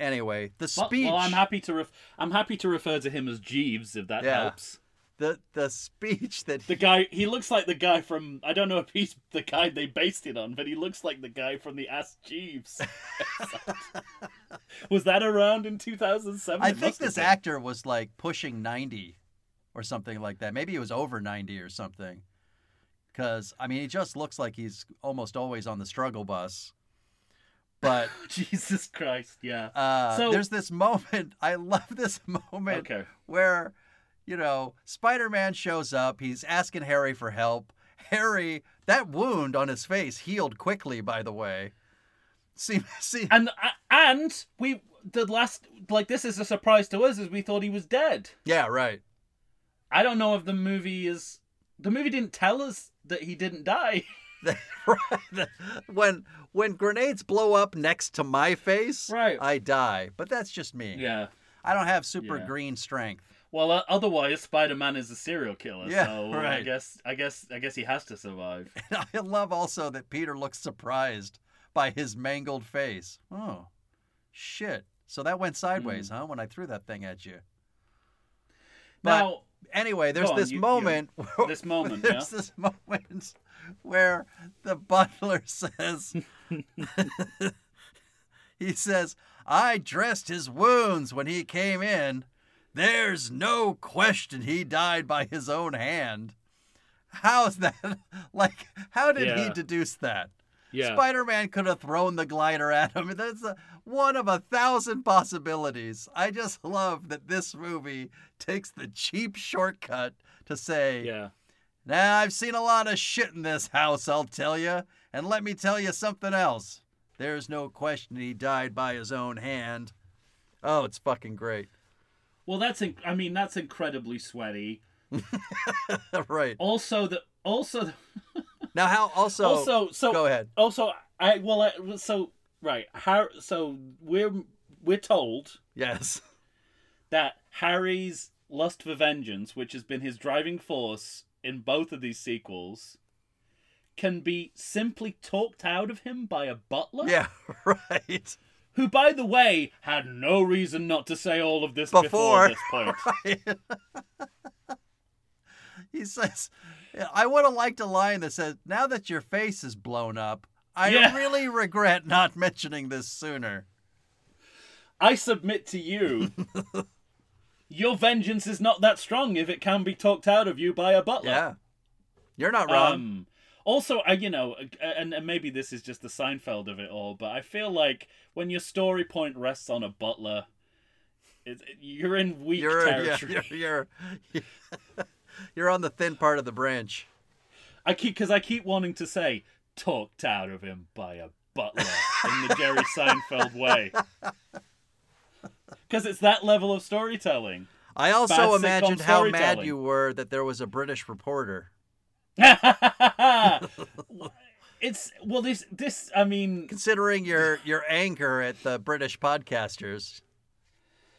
B: Anyway, the
C: But-
B: speech.
C: Well, I'm happy to ref- I'm happy to refer to him as Jeeves if that
B: Yeah.
C: helps.
B: the the speech that
C: The guy he looks like the guy from I don't know if he's the guy they based it on, but he looks like the guy from the Ask Jeeves. Was that around in 2007?
B: I
C: It
B: think
C: must have
B: this
C: been.
B: actor was like pushing 90 or something like that. Maybe he was over 90 or something. Because, I mean, he just looks like he's almost always on the struggle bus. But
C: Jesus Christ, yeah.
B: uh,
C: So-
B: there's this moment. I love this moment
C: Okay.
B: where, you know, Spider Man shows up. He's asking Harry for help. Harry, that wound on his face healed quickly, by the way. See, see,
C: And uh, and we the last like this is a surprise to us is we thought he was dead.
B: yeah, right.
C: I don't know if the movie is the movie didn't tell us that he didn't die.
B: when when grenades blow up next to my face,
C: Right.
B: I die. But that's just me.
C: Yeah.
B: I don't have super
C: Yeah.
B: green strength.
C: Well, uh, otherwise Spider-Man is a serial killer.
B: Yeah,
C: so I
B: right.
C: guess I guess I guess he has to survive.
B: And I love also that Peter looks surprised by his mangled face. Oh, shit. So that went
C: Hmm.
B: sideways, huh, when I threw that thing at you. But Oh.
C: now,
B: anyway, there's
C: on,
B: this
C: you- you-
B: moment. where-
C: this moment, yeah.
B: There's this moment where the butler says, he says, I dressed his wounds when he came in. There's no question he died by his own hand. How's that? Like, how did he
C: Yeah.
B: deduce that?
C: yeah.
B: Spider Man could have thrown the glider at him. That's a, one of a thousand possibilities. I just love that this movie takes the cheap shortcut to say,
C: yeah.
B: Now I've seen a lot of shit in this house, I'll tell you. And let me tell you something else. There's no question he died by his own hand. Oh, it's fucking great.
C: Well, that's in- I mean that's incredibly sweaty.
B: right.
C: Also the also the,
B: Now, how also,
C: also so
B: go ahead.
C: also I well I, so right Har so we're we're told
B: Yes.
C: that Harry's lust for vengeance, which has been his driving force in both of these sequels, can be simply talked out of him by a butler.
B: Yeah, right.
C: who, by the way, had no reason not to say all of this before,
B: Before.
C: this point.
B: he says, I would have liked a line that says, Now that your face is blown up, I
C: Yeah.
B: really regret not mentioning this sooner.
C: I submit to you, your vengeance is not that strong if it can be talked out of you by a butler.
B: Yeah. You're not wrong.
C: Um, also, I you know, uh, and, and maybe this is just the Seinfeld of it all, but I feel like when your story point rests on a butler, it, it- you're in weak
B: you're, yeah,
C: territory.
B: you're, you're, you're on the thin part of the branch.
C: I keep because I keep wanting to say talked out of him by a butler in the Jerry Seinfeld way, because it's that level of storytelling.
B: I
C: Bad
B: also
C: sitcom
B: imagined how mad
C: storytelling.
B: you were that there was a British reporter.
C: it's well, this this I mean,
B: Considering your, your anger at the British podcasters,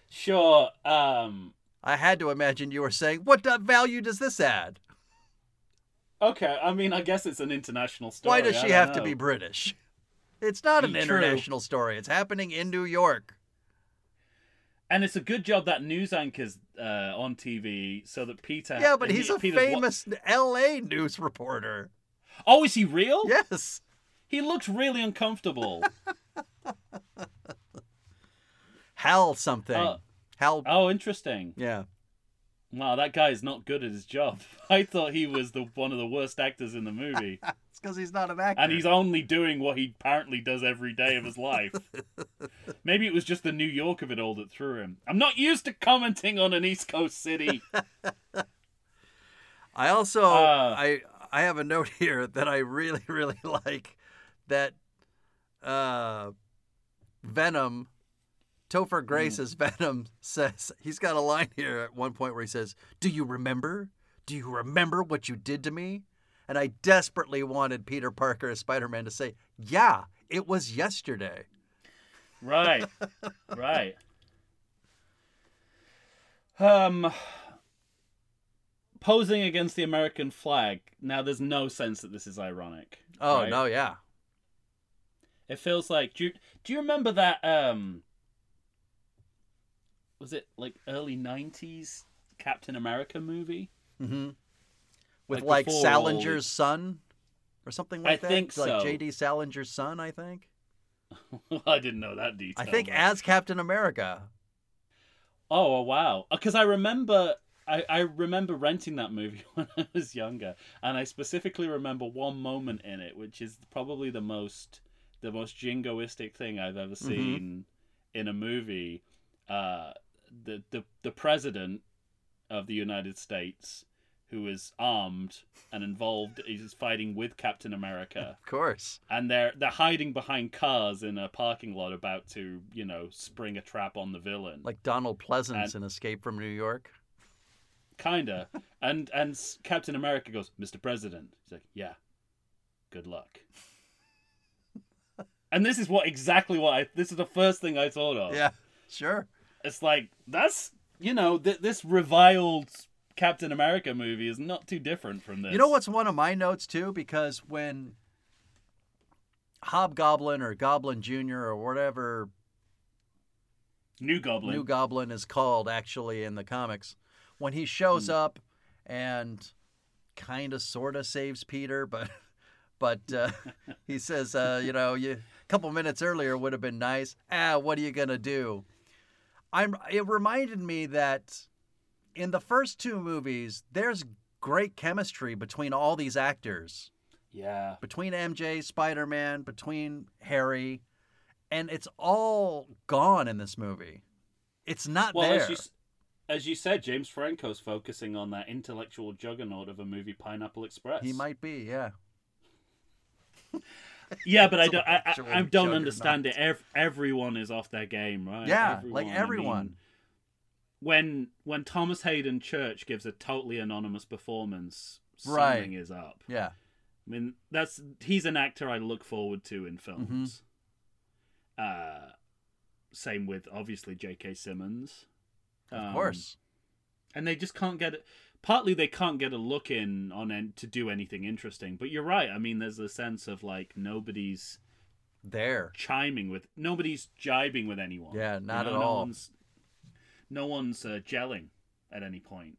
C: sure. Um,
B: I had to imagine you were saying, What value does this add?
C: Okay, I mean, I guess it's an international story.
B: Why does
C: I
B: she
C: don't
B: have to
C: know.
B: be British? It's not an
C: True.
B: international story. It's happening in New York.
C: And it's a good job that news anchor's uh, on TV so that Peter.
B: Yeah, but
C: he-
B: he's a
C: Peter's wa-
B: famous LA news reporter.
C: Oh, is he real?
B: Yes.
C: He looks really uncomfortable.
B: Hal something.
C: Oh.
B: Hal.
C: oh, interesting.
B: Yeah.
C: Wow, that guy is not good at his job. I thought he was the one of the worst actors in the movie,
B: It's because he's not an actor.
C: and he's only doing what he apparently does every day of his life. Maybe it was just the New York of it all that threw him. I'm not used to commenting on an East Coast city.
B: I also
C: Uh.
B: I I have a note here that I really really like that uh,
C: Mm.
B: Venom Topher Grace's Venom says he's got a line here at one point where he says, "Do you remember? Do you remember what you did to me?" And I desperately wanted Peter Parker as Spider-Man to say, "Yeah, it was yesterday."
C: Right. right. Um posing against the American flag. Now, there's no sense that this is ironic.
B: Oh
C: right?
B: no, yeah.
C: It feels like do you, do you remember that um was it like early 90s Captain America movie?
B: Mm-hmm. With
C: Like
B: like,
C: before all
B: Salinger's
C: the-
B: son, or something like
C: I
B: that.
C: think
B: Like
C: so.
B: J.D. Salinger's son, I think.
C: I didn't know that detail.
B: I think
C: but-
B: as Captain America.
C: Oh, oh, wow. Cuz I remember I, I remember renting that movie when I was younger and I specifically remember one moment in it which is probably the most the most jingoistic thing I've ever
B: Mm-hmm.
C: seen in a movie. Uh, the the the president of the United States, who is armed and involved, is fighting with Captain America,
B: Of course.
C: and they're they're hiding behind cars in a parking lot, about to you know spring a trap on the villain,
B: Like Donald Pleasance
C: And-
B: in Escape from New York.
C: kinda. and and s- Captain America goes, "Mr. President," he's like, "Yeah, good luck." And this is what exactly what I. This is the first thing I thought of.
B: Yeah, sure.
C: it's like that's you know th- this reviled Captain America movie is not too different from this.
B: You know what's one of my notes too? Because when Hobgoblin or Goblin Junior or whatever
C: New Goblin.
B: New Goblin is called actually in the comics. When he shows up and kind of sort of saves Peter, but but uh, he says, uh, you know, you, a couple minutes earlier would have been nice. Ah, what are you gonna do? I'm. It reminded me that in the first two movies, there's great chemistry between all these actors
C: yeah.
B: between MJ, Spider Man, between Harry, and it's all gone in this movie. It's not
C: Well,
B: there.
C: as you s- as you said, James Franco's focusing on that intellectual juggernaut of a movie, Pineapple Express.
B: He might be, yeah.
C: Yeah, but I don't. I, I,
B: Intellectual
C: I don't
B: juggernaut.
C: understand it. Ev- everyone is off their game, right?
B: Yeah, like
C: I
B: everyone.
C: mean, when when Thomas Hayden Church gives a totally anonymous performance,
B: Right.
C: something is up.
B: Yeah.
C: I mean, that's he's an actor I look forward to in films.
B: Mm-hmm.
C: Uh, same with obviously J.K. Simmons.
B: Of
C: Um,
B: course.
C: and they just can't get. Partly they can't get a look in on en- to do anything interesting. But you're right. I mean, there's a sense of like nobody's
B: There.
C: chiming with, nobody's jibing with anyone.
B: Yeah, not at
C: no
B: all.
C: One's, no one's uh, gelling at any point.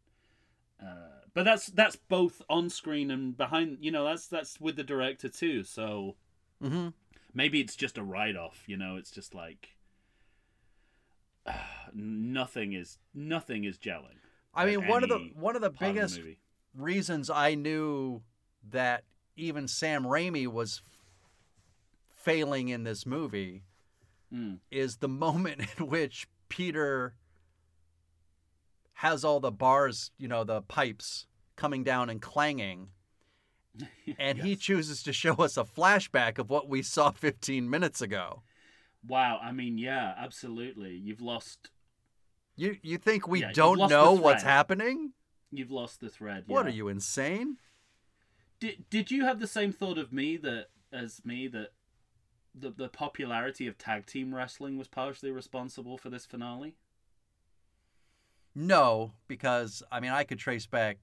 C: Uh, but that's that's both on screen and behind. You know, that's that's with the director too. So
B: hmm
C: maybe it's just a write off. You know, it's just like nothing is nothing is gelling.
B: I mean,
C: At
B: one of the
C: any
B: one of the
C: Part of the
B: biggest
C: movie.
B: reasons I knew that even Sam Raimi was failing in this movie
C: Mm.
B: is the moment in which Peter has all the bars, you know, the pipes coming down and clanging. And he
C: Yes.
B: chooses to show us a flashback of what we saw 15 minutes ago.
C: Wow, I mean, yeah, absolutely. You've lost
B: You you think we
C: Yeah, you've
B: don't
C: lost the
B: know what's
C: thread.
B: happening?
C: you've lost the thread.
B: What are
C: yeah.
B: you insane?
C: Did did you have the same thought of me that as me that the the popularity of tag team wrestling was partially responsible for this finale?
B: No, because I mean I could trace back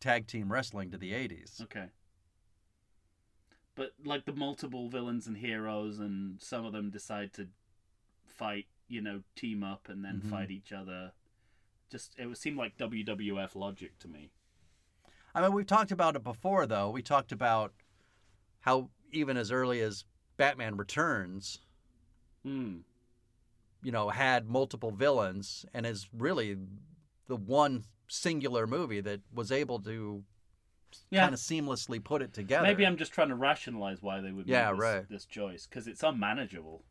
B: tag team wrestling to the 80s.
C: Okay. But like the multiple villains and heroes and some of them decide to fight, you know, team up and then
B: Mhm.
C: fight each other. Just it would seem like WWF logic to me.
B: I mean, we've talked about it before, though. We talked about how even as early as Batman Returns,
C: Hmm.
B: you know, had multiple villains and is really the one singular movie that was able to
C: Yeah.
B: kind of seamlessly put it together.
C: Maybe I'm just trying to rationalize why they would
B: Yeah,
C: make this,
B: right.
C: this choice because it's unmanageable.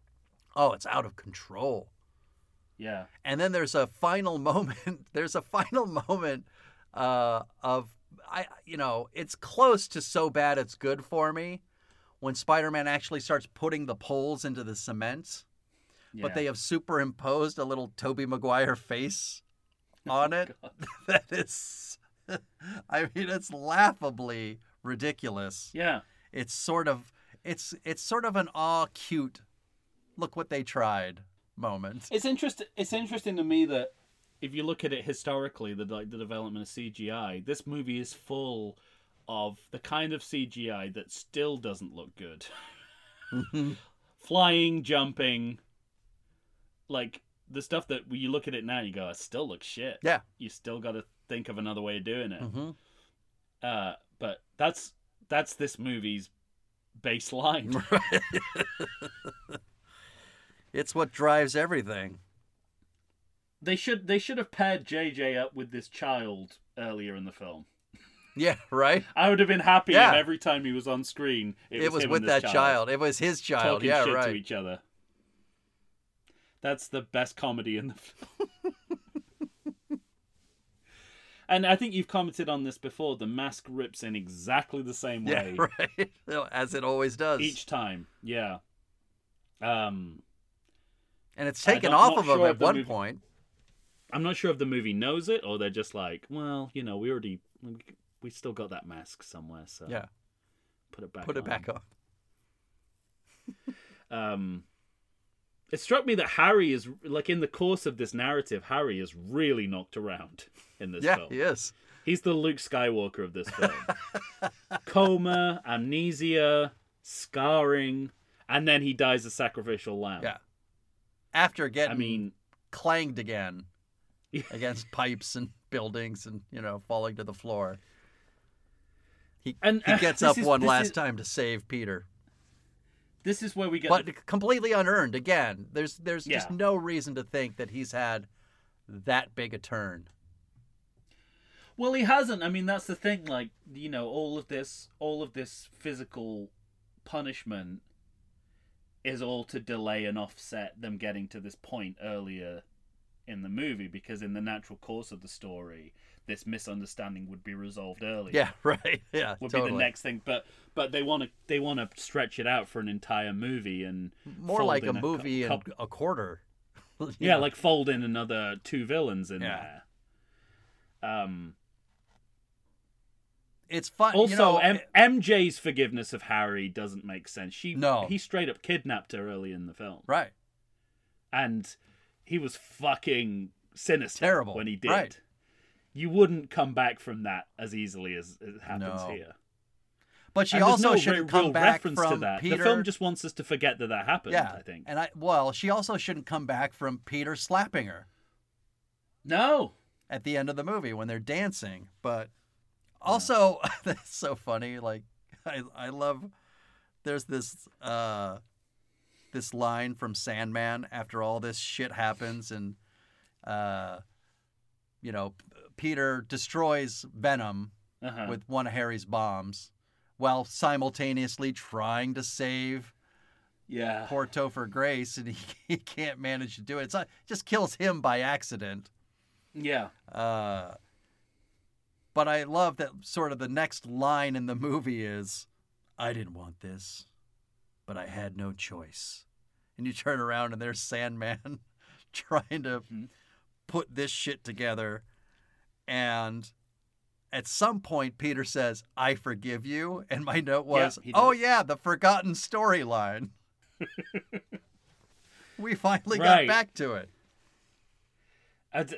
B: Oh, it's out of control.
C: Yeah.
B: And then there's a final moment. There's a final moment uh, of I, you know, it's close to so bad it's good for me when Spider-Man actually starts putting the poles into the cement.
C: yeah.
B: but they have superimposed a little Toby Maguire face
C: Oh,
B: on it. that is, I mean, it's laughably ridiculous.
C: Yeah.
B: It's sort of, it's it's sort of an aw cute, look what they tried moment.
C: It's interest. It's interesting to me that if you look at it historically, the like the development of CGI, this movie is full of the kind of CGI that still doesn't look good. Flying, jumping, like the stuff that when you look at it now, you go, it still looks shit.
B: Yeah.
C: you still got to think of another way of doing it.
B: Mm-hmm.
C: Uh, but that's that's this movie's baseline.
B: it's what drives everything.
C: They should they should have paired JJ up with this child earlier in the film.
B: Yeah, right.
C: I would have been happy
B: Yeah.
C: if every time he was on screen, it,
B: It,
C: was,
B: was
C: him
B: with
C: and this
B: that child. It was his child.
C: talking
B: Yeah,
C: shit to
B: right.
C: each other. That's the best comedy in the film. and I think you've commented on this before. The mask rips in exactly the same way
B: Yeah, right. As it always does.
C: each time. Yeah. Um,
B: and it's
C: I
B: taken
C: don't-
B: off
C: not
B: of him
C: sure
B: at
C: if the
B: one
C: movie-
B: point.
C: I'm not sure if the movie knows it or they're just like, well, you know, we already we, we still got that mask somewhere, so
B: Yeah,
C: put it back.
B: put it back on.
C: um it struck me that harry is like in the course of this narrative harry is really knocked around in this
B: Yeah,
C: film
B: yes.
C: he's the luke skywalker of this film coma amnesia scarring and then he dies a sacrificial lamb
B: Yeah. After
C: Um, i
B: getting
C: mean
B: clanged again
C: Yeah.
B: against pipes and buildings and you know falling to the floor. He
C: And,
B: he
C: uh,
B: gets
C: this
B: up
C: is-
B: one
C: this
B: last
C: is-
B: time to save Peter,
C: this is where we get
B: but
C: the-
B: completely unearned again. There's there's just
C: Yeah.
B: no reason to think that he's had that big a turn.
C: well he hasn't i mean that's the thing like you know all of this all of this physical punishment is all to delay and offset them getting to this point earlier in the movie because in the natural course of the story this misunderstanding would be resolved earlier
B: Yeah, right. Yeah,
C: would
B: totally.
C: be the next thing but but they want to they want to stretch it out for an entire movie and
B: More
C: fold
B: like
C: in
B: a
C: cou-
B: movie and
C: couple-
B: a quarter. You
C: yeah,
B: know,
C: like fold in another two villains in
B: Yeah.
C: there um
B: it's fun.
C: also
B: you know,
C: M-
B: it-
C: mj's forgiveness of harry doesn't make sense she
B: No.
C: he straight up kidnapped her early in the film
B: right.
C: and he was fucking sinister
B: Terrible,
C: when he did.
B: right.
C: You wouldn't come back from that as easily as it happens
B: No.
C: here.
B: But she
C: and there's
B: also
C: no
B: shouldn't
C: re-
B: come
C: real
B: back
C: reference
B: from
C: to that.
B: Peter.
C: The film just wants us to forget that that happened.
B: yeah,
C: I think
B: and I well, she also shouldn't come back from Peter slapping her.
C: no.
B: at the end of the movie when they're dancing. But also, that's so funny. Like, I, I love. There's this uh, this line from Sandman after all this shit happens, and uh, you know, P- Peter destroys Venom
C: Uh-huh.
B: with one of Harry's bombs, while simultaneously trying to save
C: yeah.
B: poor Topher Grace, and he, he can't manage to do it. It's not, just kills him by accident.
C: Yeah.
B: Uh, but I love that sort of the next line in the movie is, I didn't want this, but I had no choice. And you turn around and there's Sandman trying to
C: Mhm.
B: put this shit together. And at some point, Peter says, I forgive you. And my note
C: Yeah,
B: was,
C: he
B: oh,
C: does.
B: yeah, the forgotten storyline. we finally got
C: Right.
B: back to it.
C: And, uh,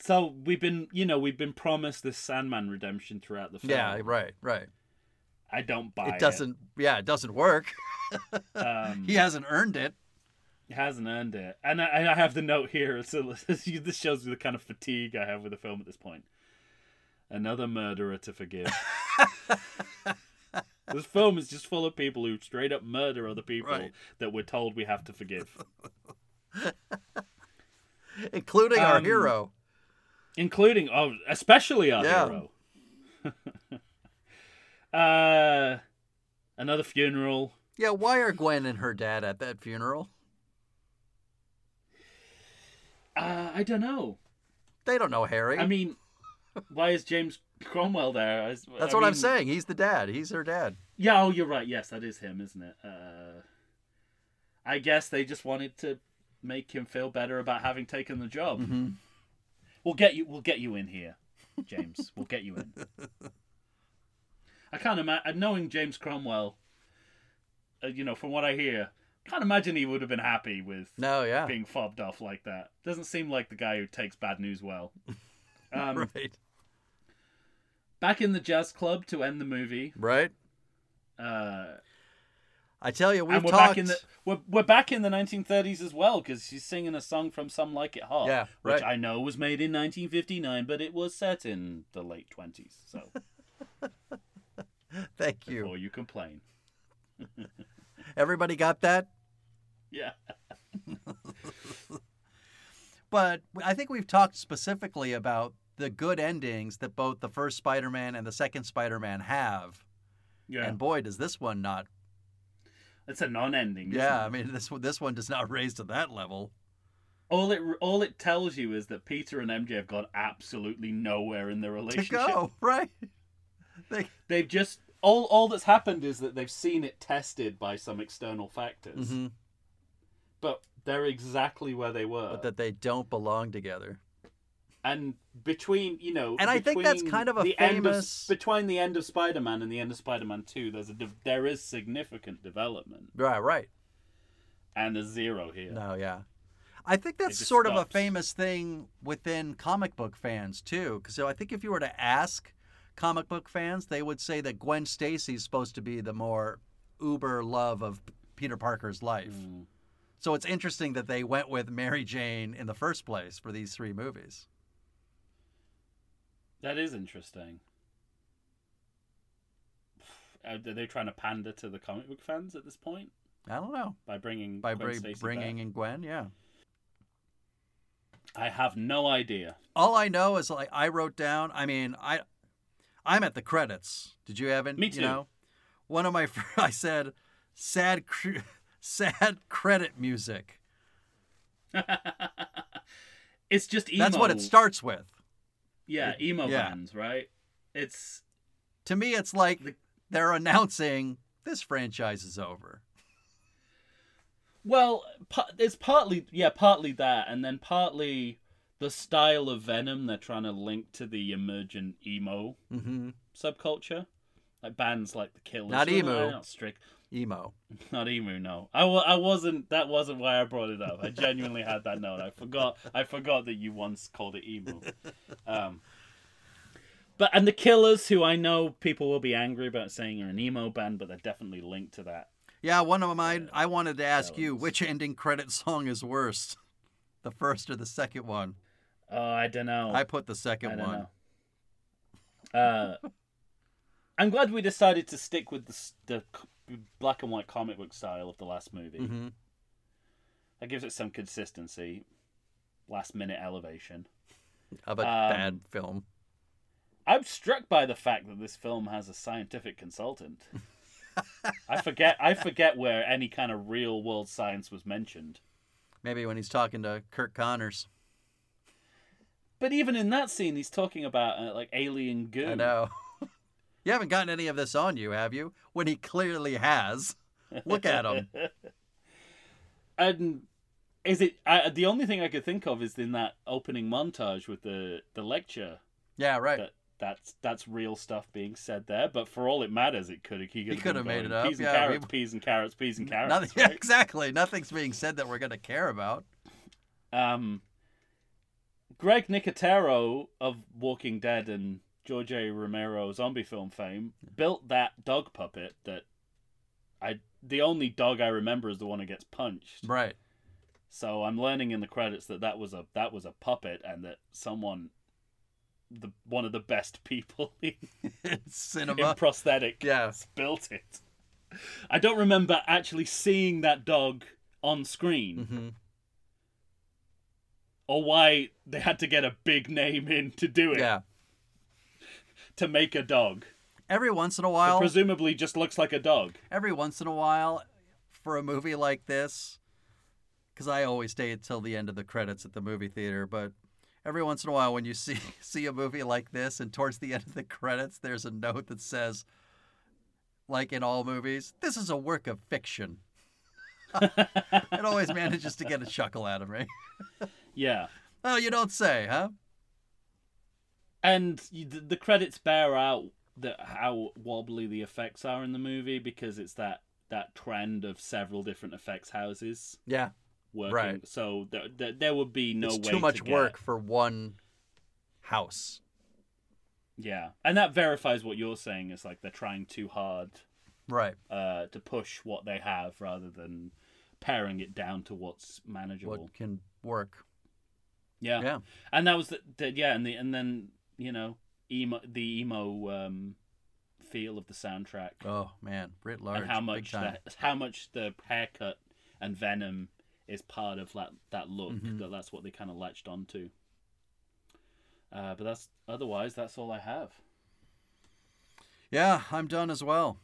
C: so we've been, you know, we've been promised this Sandman redemption throughout the film.
B: Yeah, right, right.
C: I don't buy it.
B: it doesn't, yeah, it doesn't work.
C: Um,
B: He hasn't earned it.
C: He hasn't earned it. And I, and I have the note here. So this shows me the kind of fatigue I have with the film at this point. Another murderer to forgive. this film is just full of people who straight up murder other people
B: Right.
C: that we're told we have to forgive,
B: including our
C: Um,
B: hero.
C: including, oh, especially our
B: Yeah.
C: hero. uh, another funeral.
B: Yeah, why are Gwen and her dad at that funeral?
C: Uh, I don't know.
B: They don't know Harry.
C: I mean, why is James Cromwell there? That's
B: That's what I'm saying. He's the dad. He's her dad.
C: Yeah, oh, you're right. Yes, that is him, isn't it? Uh, I guess they just wanted to make him feel better about having taken the job.
B: Mm-hmm.
C: We'll get you. We'll get you in here, James. we'll get you in. I can't imagine knowing James Cromwell. Uh, you know, uh, from what I hear, Can't imagine he would have been happy with
B: No, yeah.
C: being fobbed off like that. Doesn't seem like the guy who takes bad news well. Um,
B: Right.
C: Back in the jazz club to end the movie.
B: Right.
C: Uh,
B: I tell you, we've
C: and we're
B: talked.
C: back in the we're, we're back in the 1930s as well because she's singing a song from Some Like It Hot,
B: Yeah,
C: Oh, which
B: right.
C: I know was made in 1959, but it was set in the late 20s. So
B: Thank you.
C: before you complain,
B: Everybody got that?
C: yeah,
B: But I think we've talked specifically about the good endings that both the first Spider Man and the second Spider Man have.
C: yeah,
B: And boy, does this one not.
C: it's a non-ending. isn't
B: Yeah,
C: it?
B: I mean, this one, this one does not raise to that level.
C: all it all it tells you is that Peter and MJ have gone absolutely nowhere in their
B: To
C: relationship.
B: go, right? They,
C: They've just all all that's happened is that they've seen it tested by some external factors,
B: Mhm.
C: but they're exactly where they were.
B: But that they don't belong together.
C: and between you know
B: And I think that's
C: between
B: kind of a
C: the end of-
B: famous-
C: between the end of spider-man and the end of spider-man 2 there's a de- there is significant development
B: Right, right.
C: and a zero here
B: No, yeah. I think that's
C: just
B: sort of a
C: stops.
B: famous thing within comic book fans too. Because I think if you were to ask comic book fans, they would say that Gwen Stacy's supposed to be the more uber love of Peter Parker's life.
C: Mm.
B: So it's interesting that they went with Mary Jane in the first place for these three movies.
C: that is interesting are they trying to pander to the comic book fans at this point
B: I don't know
C: by bringing
B: by
C: Gwen
B: bri-
C: Stacy
B: bringing
C: back?
B: in Gwen. Yeah.
C: i have no idea
B: All I know is like I wrote down. I mean, I, I'm at the credits. Did you have it?
C: Me
B: You
C: too.
B: know, one of my fr- I said, sad, cr- sad credit music.
C: it's just emo
B: That's what it starts with.
C: yeah emo
B: yeah.
C: bands right it's
B: To me, it's like
C: The-
B: they're announcing this franchise is over.
C: Well, pa- it's partly yeah, partly that, and then partly the style of Venom they're trying to link to the emergent emo
B: Mm-hmm.
C: subculture, like bands like the Killers.
B: Not
C: No, no,
B: emo.
C: Not strict.
B: Emo.
C: Not emo. No, I, wa- I wasn't. That wasn't why I brought it up. I genuinely had that note. I forgot. I forgot that you once called it emo. Um, but and the Killers, who I know people will be angry about saying are an emo band, but they're definitely linked to that.
B: Yeah, one of mine. I wanted to ask you
C: Balance.
B: which ending credit song is worst, the first or the second one.
C: Oh, I don't know.
B: I put the second one.
C: Know. Uh, I'm glad we decided to stick with the, s- the c- black and white comic book style of the last movie.
B: Mm-hmm.
C: That gives it some consistency. Last minute elevation.
B: Of a
C: Um,
B: bad film.
C: I'm struck by the fact that this film has a scientific consultant. I forget. I forget where any kind of real world science was mentioned.
B: Maybe when he's talking to Kirk Connors.
C: But even in that scene, he's talking about uh, like alien goo.
B: I know. you haven't gotten any of this on you, have you? When he clearly has. Look at him.
C: and is it I, the only thing I could think of is in that opening montage with the the lecture
B: Yeah, right.
C: that that's that's real stuff being said there. But for all it matters, it could he could
B: He could have made it up,
C: Peas and
B: yeah,
C: carrots,
B: we-
C: peas and carrots, peas and carrots.
B: Nothing, yeah,
C: right?
B: exactly. Nothing's being said that we're going to care about.
C: Um, Greg Nicotero of Walking Dead and George A. Romero zombie film fame built that dog puppet that I the only dog I remember is the one who gets punched.
B: Right.
C: So I'm learning in the credits that that was a that was a puppet, and that someone, the one of the best people in, in
B: Cinema.
C: prosthetic,
B: Yeah.
C: built it. I don't remember actually seeing that dog on screen,
B: hmm
C: or why they had to get a big name in to do it
B: Yeah.
C: to make a dog.
B: Every once in a
C: It
B: while,
C: presumably just looks like a dog.
B: every once in a while, for a movie like this, because I always stay until the end of the credits at the movie theater, but every once in a while when you see see a movie like this and towards the end of the credits there's a note that says like in all movies this is a work of fiction it always manages to get a chuckle out of me
C: Yeah,
B: oh you don't say huh
C: and you, the, the credits bear out that how wobbly the effects are in the movie because it's that that trend of several different effects houses
B: Yeah,
C: working.
B: Right.
C: So there, there, there would be no
B: it's
C: way
B: too much
C: to get-
B: work for one house.
C: Yeah, and that verifies what you're saying. Is like they're trying too hard
B: Right.
C: uh, to push what they have rather than paring it down to what's manageable.
B: What can work?
C: Yeah.
B: Yeah.
C: and that was the, the yeah, and the and then you know emo the emo um, feel of the soundtrack
B: Oh man, writ large.
C: and how
B: big
C: much
B: time.
C: the, how much the haircut and Venom is part of that that look
B: Mhm.
C: that that's what they kind of latched onto. Uh, but that's otherwise that's all I have.
B: Yeah, I'm done as well.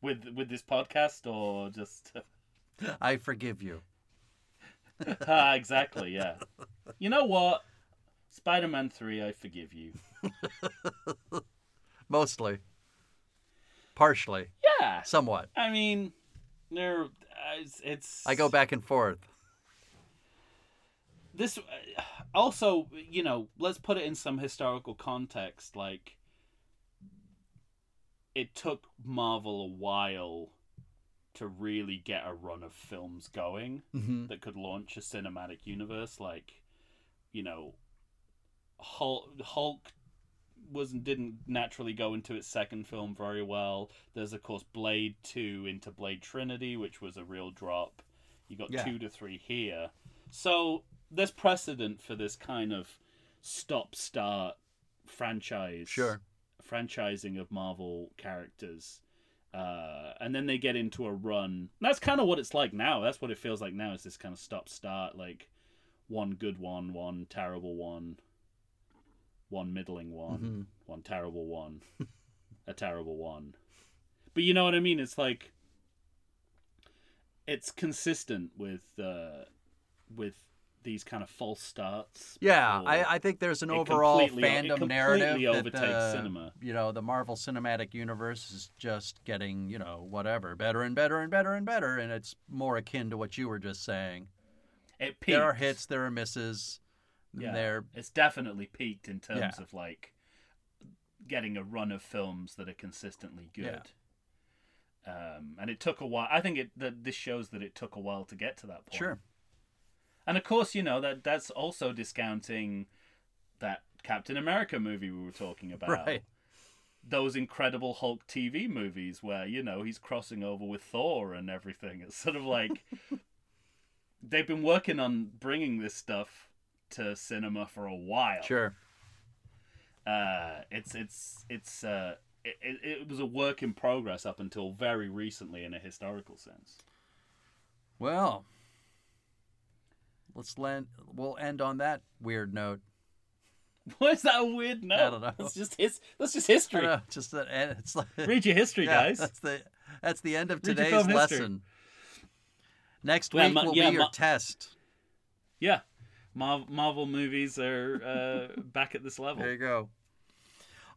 C: With, with this podcast or just
B: I forgive you.
C: ah, exactly yeah you know what spider-man 3 i forgive you
B: Mostly. Partially.
C: yeah
B: Somewhat.
C: I mean, there. uh, It's, it's.
B: I go back and forth.
C: This uh, also, you know, let's put it in some historical context. Like, it took Marvel a while to really get a run of films going
B: Mm-hmm.
C: that could launch a cinematic universe. Like, you know, Hulk. Hulk wasn't didn't naturally go into its second film very well. There's of course Blade Two into Blade Trinity, which was a real drop. You got
B: Yeah.
C: two to three here, so there's precedent for this kind of stop start franchise
B: Sure.
C: franchising of Marvel characters. Uh, and then they get into a run. That's kind of what it's like now. That's what it feels like now is this kind of stop start, like one good one, one terrible one, one middling one,
B: Mhm.
C: one terrible one, a terrible one. But you know what I mean? It's like it's consistent with uh, with these kind of false starts.
B: Yeah,
C: before-
B: I, I think there's an
C: It
B: overall
C: completely- it
B: fandom
C: completely
B: narrative that
C: overtakes
B: the,
C: cinema.
B: you know the Marvel Cinematic Universe is just getting you know whatever better and better and better and better, and it's more akin to what you were just saying.
C: it
B: There are
C: peaks.
B: hits, there are misses,
C: Yeah.
B: there
C: it's definitely peaked in terms
B: Yeah.
C: of like getting a run of films that are consistently
B: Yeah.
C: good. Um, and it took a while. I think it that this shows that it took a while to get to that point.
B: sure
C: And of course, you know that that's also discounting that Captain America movie we were talking about.
B: right
C: Those incredible Hulk TV movies where you know he's crossing over with Thor and everything. It's sort of like they've been working on bringing this stuff to cinema for a while
B: sure
C: uh, it's it's it's uh, it, it it was a work in progress up until very recently in a historical sense.
B: well let's land we'll end on that weird note
C: Why is that a weird note?
B: I don't know.
C: That's just his. That's just
B: I
C: history.
B: don't know, just that and it's like
C: Read your history,
B: yeah,
C: guys.
B: that's the that's the end of
C: Read your
B: today's
C: film history.
B: lesson next
C: Yeah,
B: week
C: Ma-
B: will
C: yeah,
B: be your
C: Ma-
B: test
C: Yeah, Mar- Marvel movies are uh, back at this level.
B: There you go.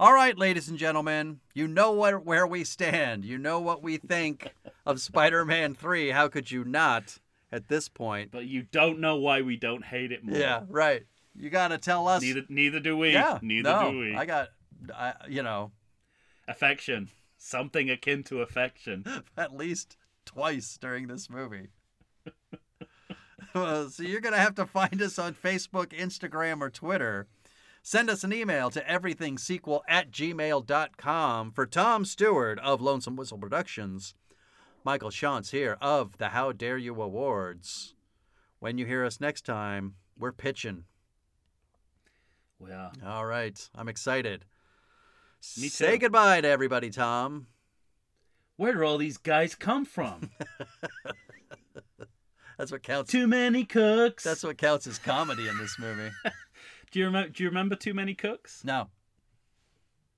B: All right, ladies and gentlemen, you know what, where we stand. You know what we think of Spider Man 3. How could you not at this point?
C: But you don't know why we don't hate it more.
B: Yeah, right. You got to tell us.
C: Neither neither do we.
B: yeah,
C: Neither
B: no,
C: do we.
B: I got, I, you know,
C: Affection. Something akin to affection.
B: at least twice during this movie. Well, so you're going to have to find us on Facebook, Instagram, or Twitter. Send us an email to everythingsequel at gmail.com for Tom Stewart of Lonesome Whistle Productions. Michael Shantz here of the How Dare You Awards. When you hear us next time, we're pitching.
C: Well,
B: All right. I'm excited.
C: Me
B: Say
C: too.
B: goodbye to everybody, Tom.
C: where do all these guys come from?
B: That's what counts.
C: Too many cooks.
B: That's what counts as comedy in this movie.
C: Do you remember? Do you remember Too Many Cooks?
B: No.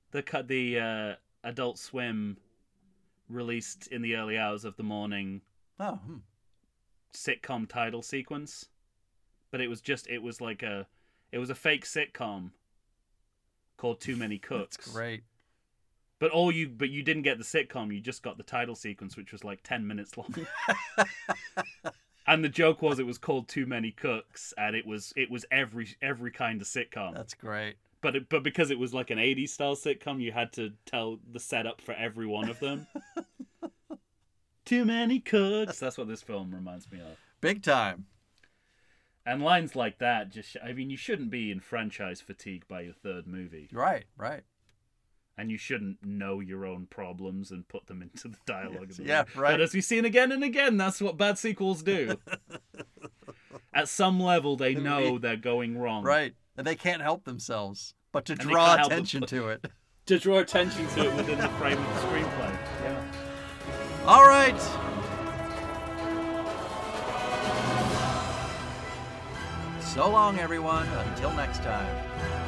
C: The cut the uh, Adult Swim released in the early hours of the morning
B: Oh, hmm.
C: sitcom title sequence, but it was just it was like a it was a fake sitcom called Too Many Cooks.
B: That's great.
C: But all you but you didn't get the sitcom, you just got the title sequence, which was like ten minutes long. and the joke was it was called Too Many Cooks, and it was it was every every kind of sitcom.
B: That's great.
C: but it, but because it was like an 80s style sitcom you had to tell the setup for every one of them Too many cooks. That's what this film reminds me of.
B: Big time.
C: And lines like that just, sh- I mean, you shouldn't be in franchise fatigue by your third movie.
B: Right, right.
C: And you shouldn't know your own problems and put them into the dialogue. of the
B: Yeah,
C: movie.
B: right.
C: But as we've seen again and again, that's what bad sequels do. At some level, they know they're going wrong.
B: Right. And they can't help themselves but to
C: they
B: draw
C: can't help
B: attention
C: but-
B: to it.
C: To draw attention to it within the frame of the screenplay. Yeah.
B: All right. So long, everyone. Until next time.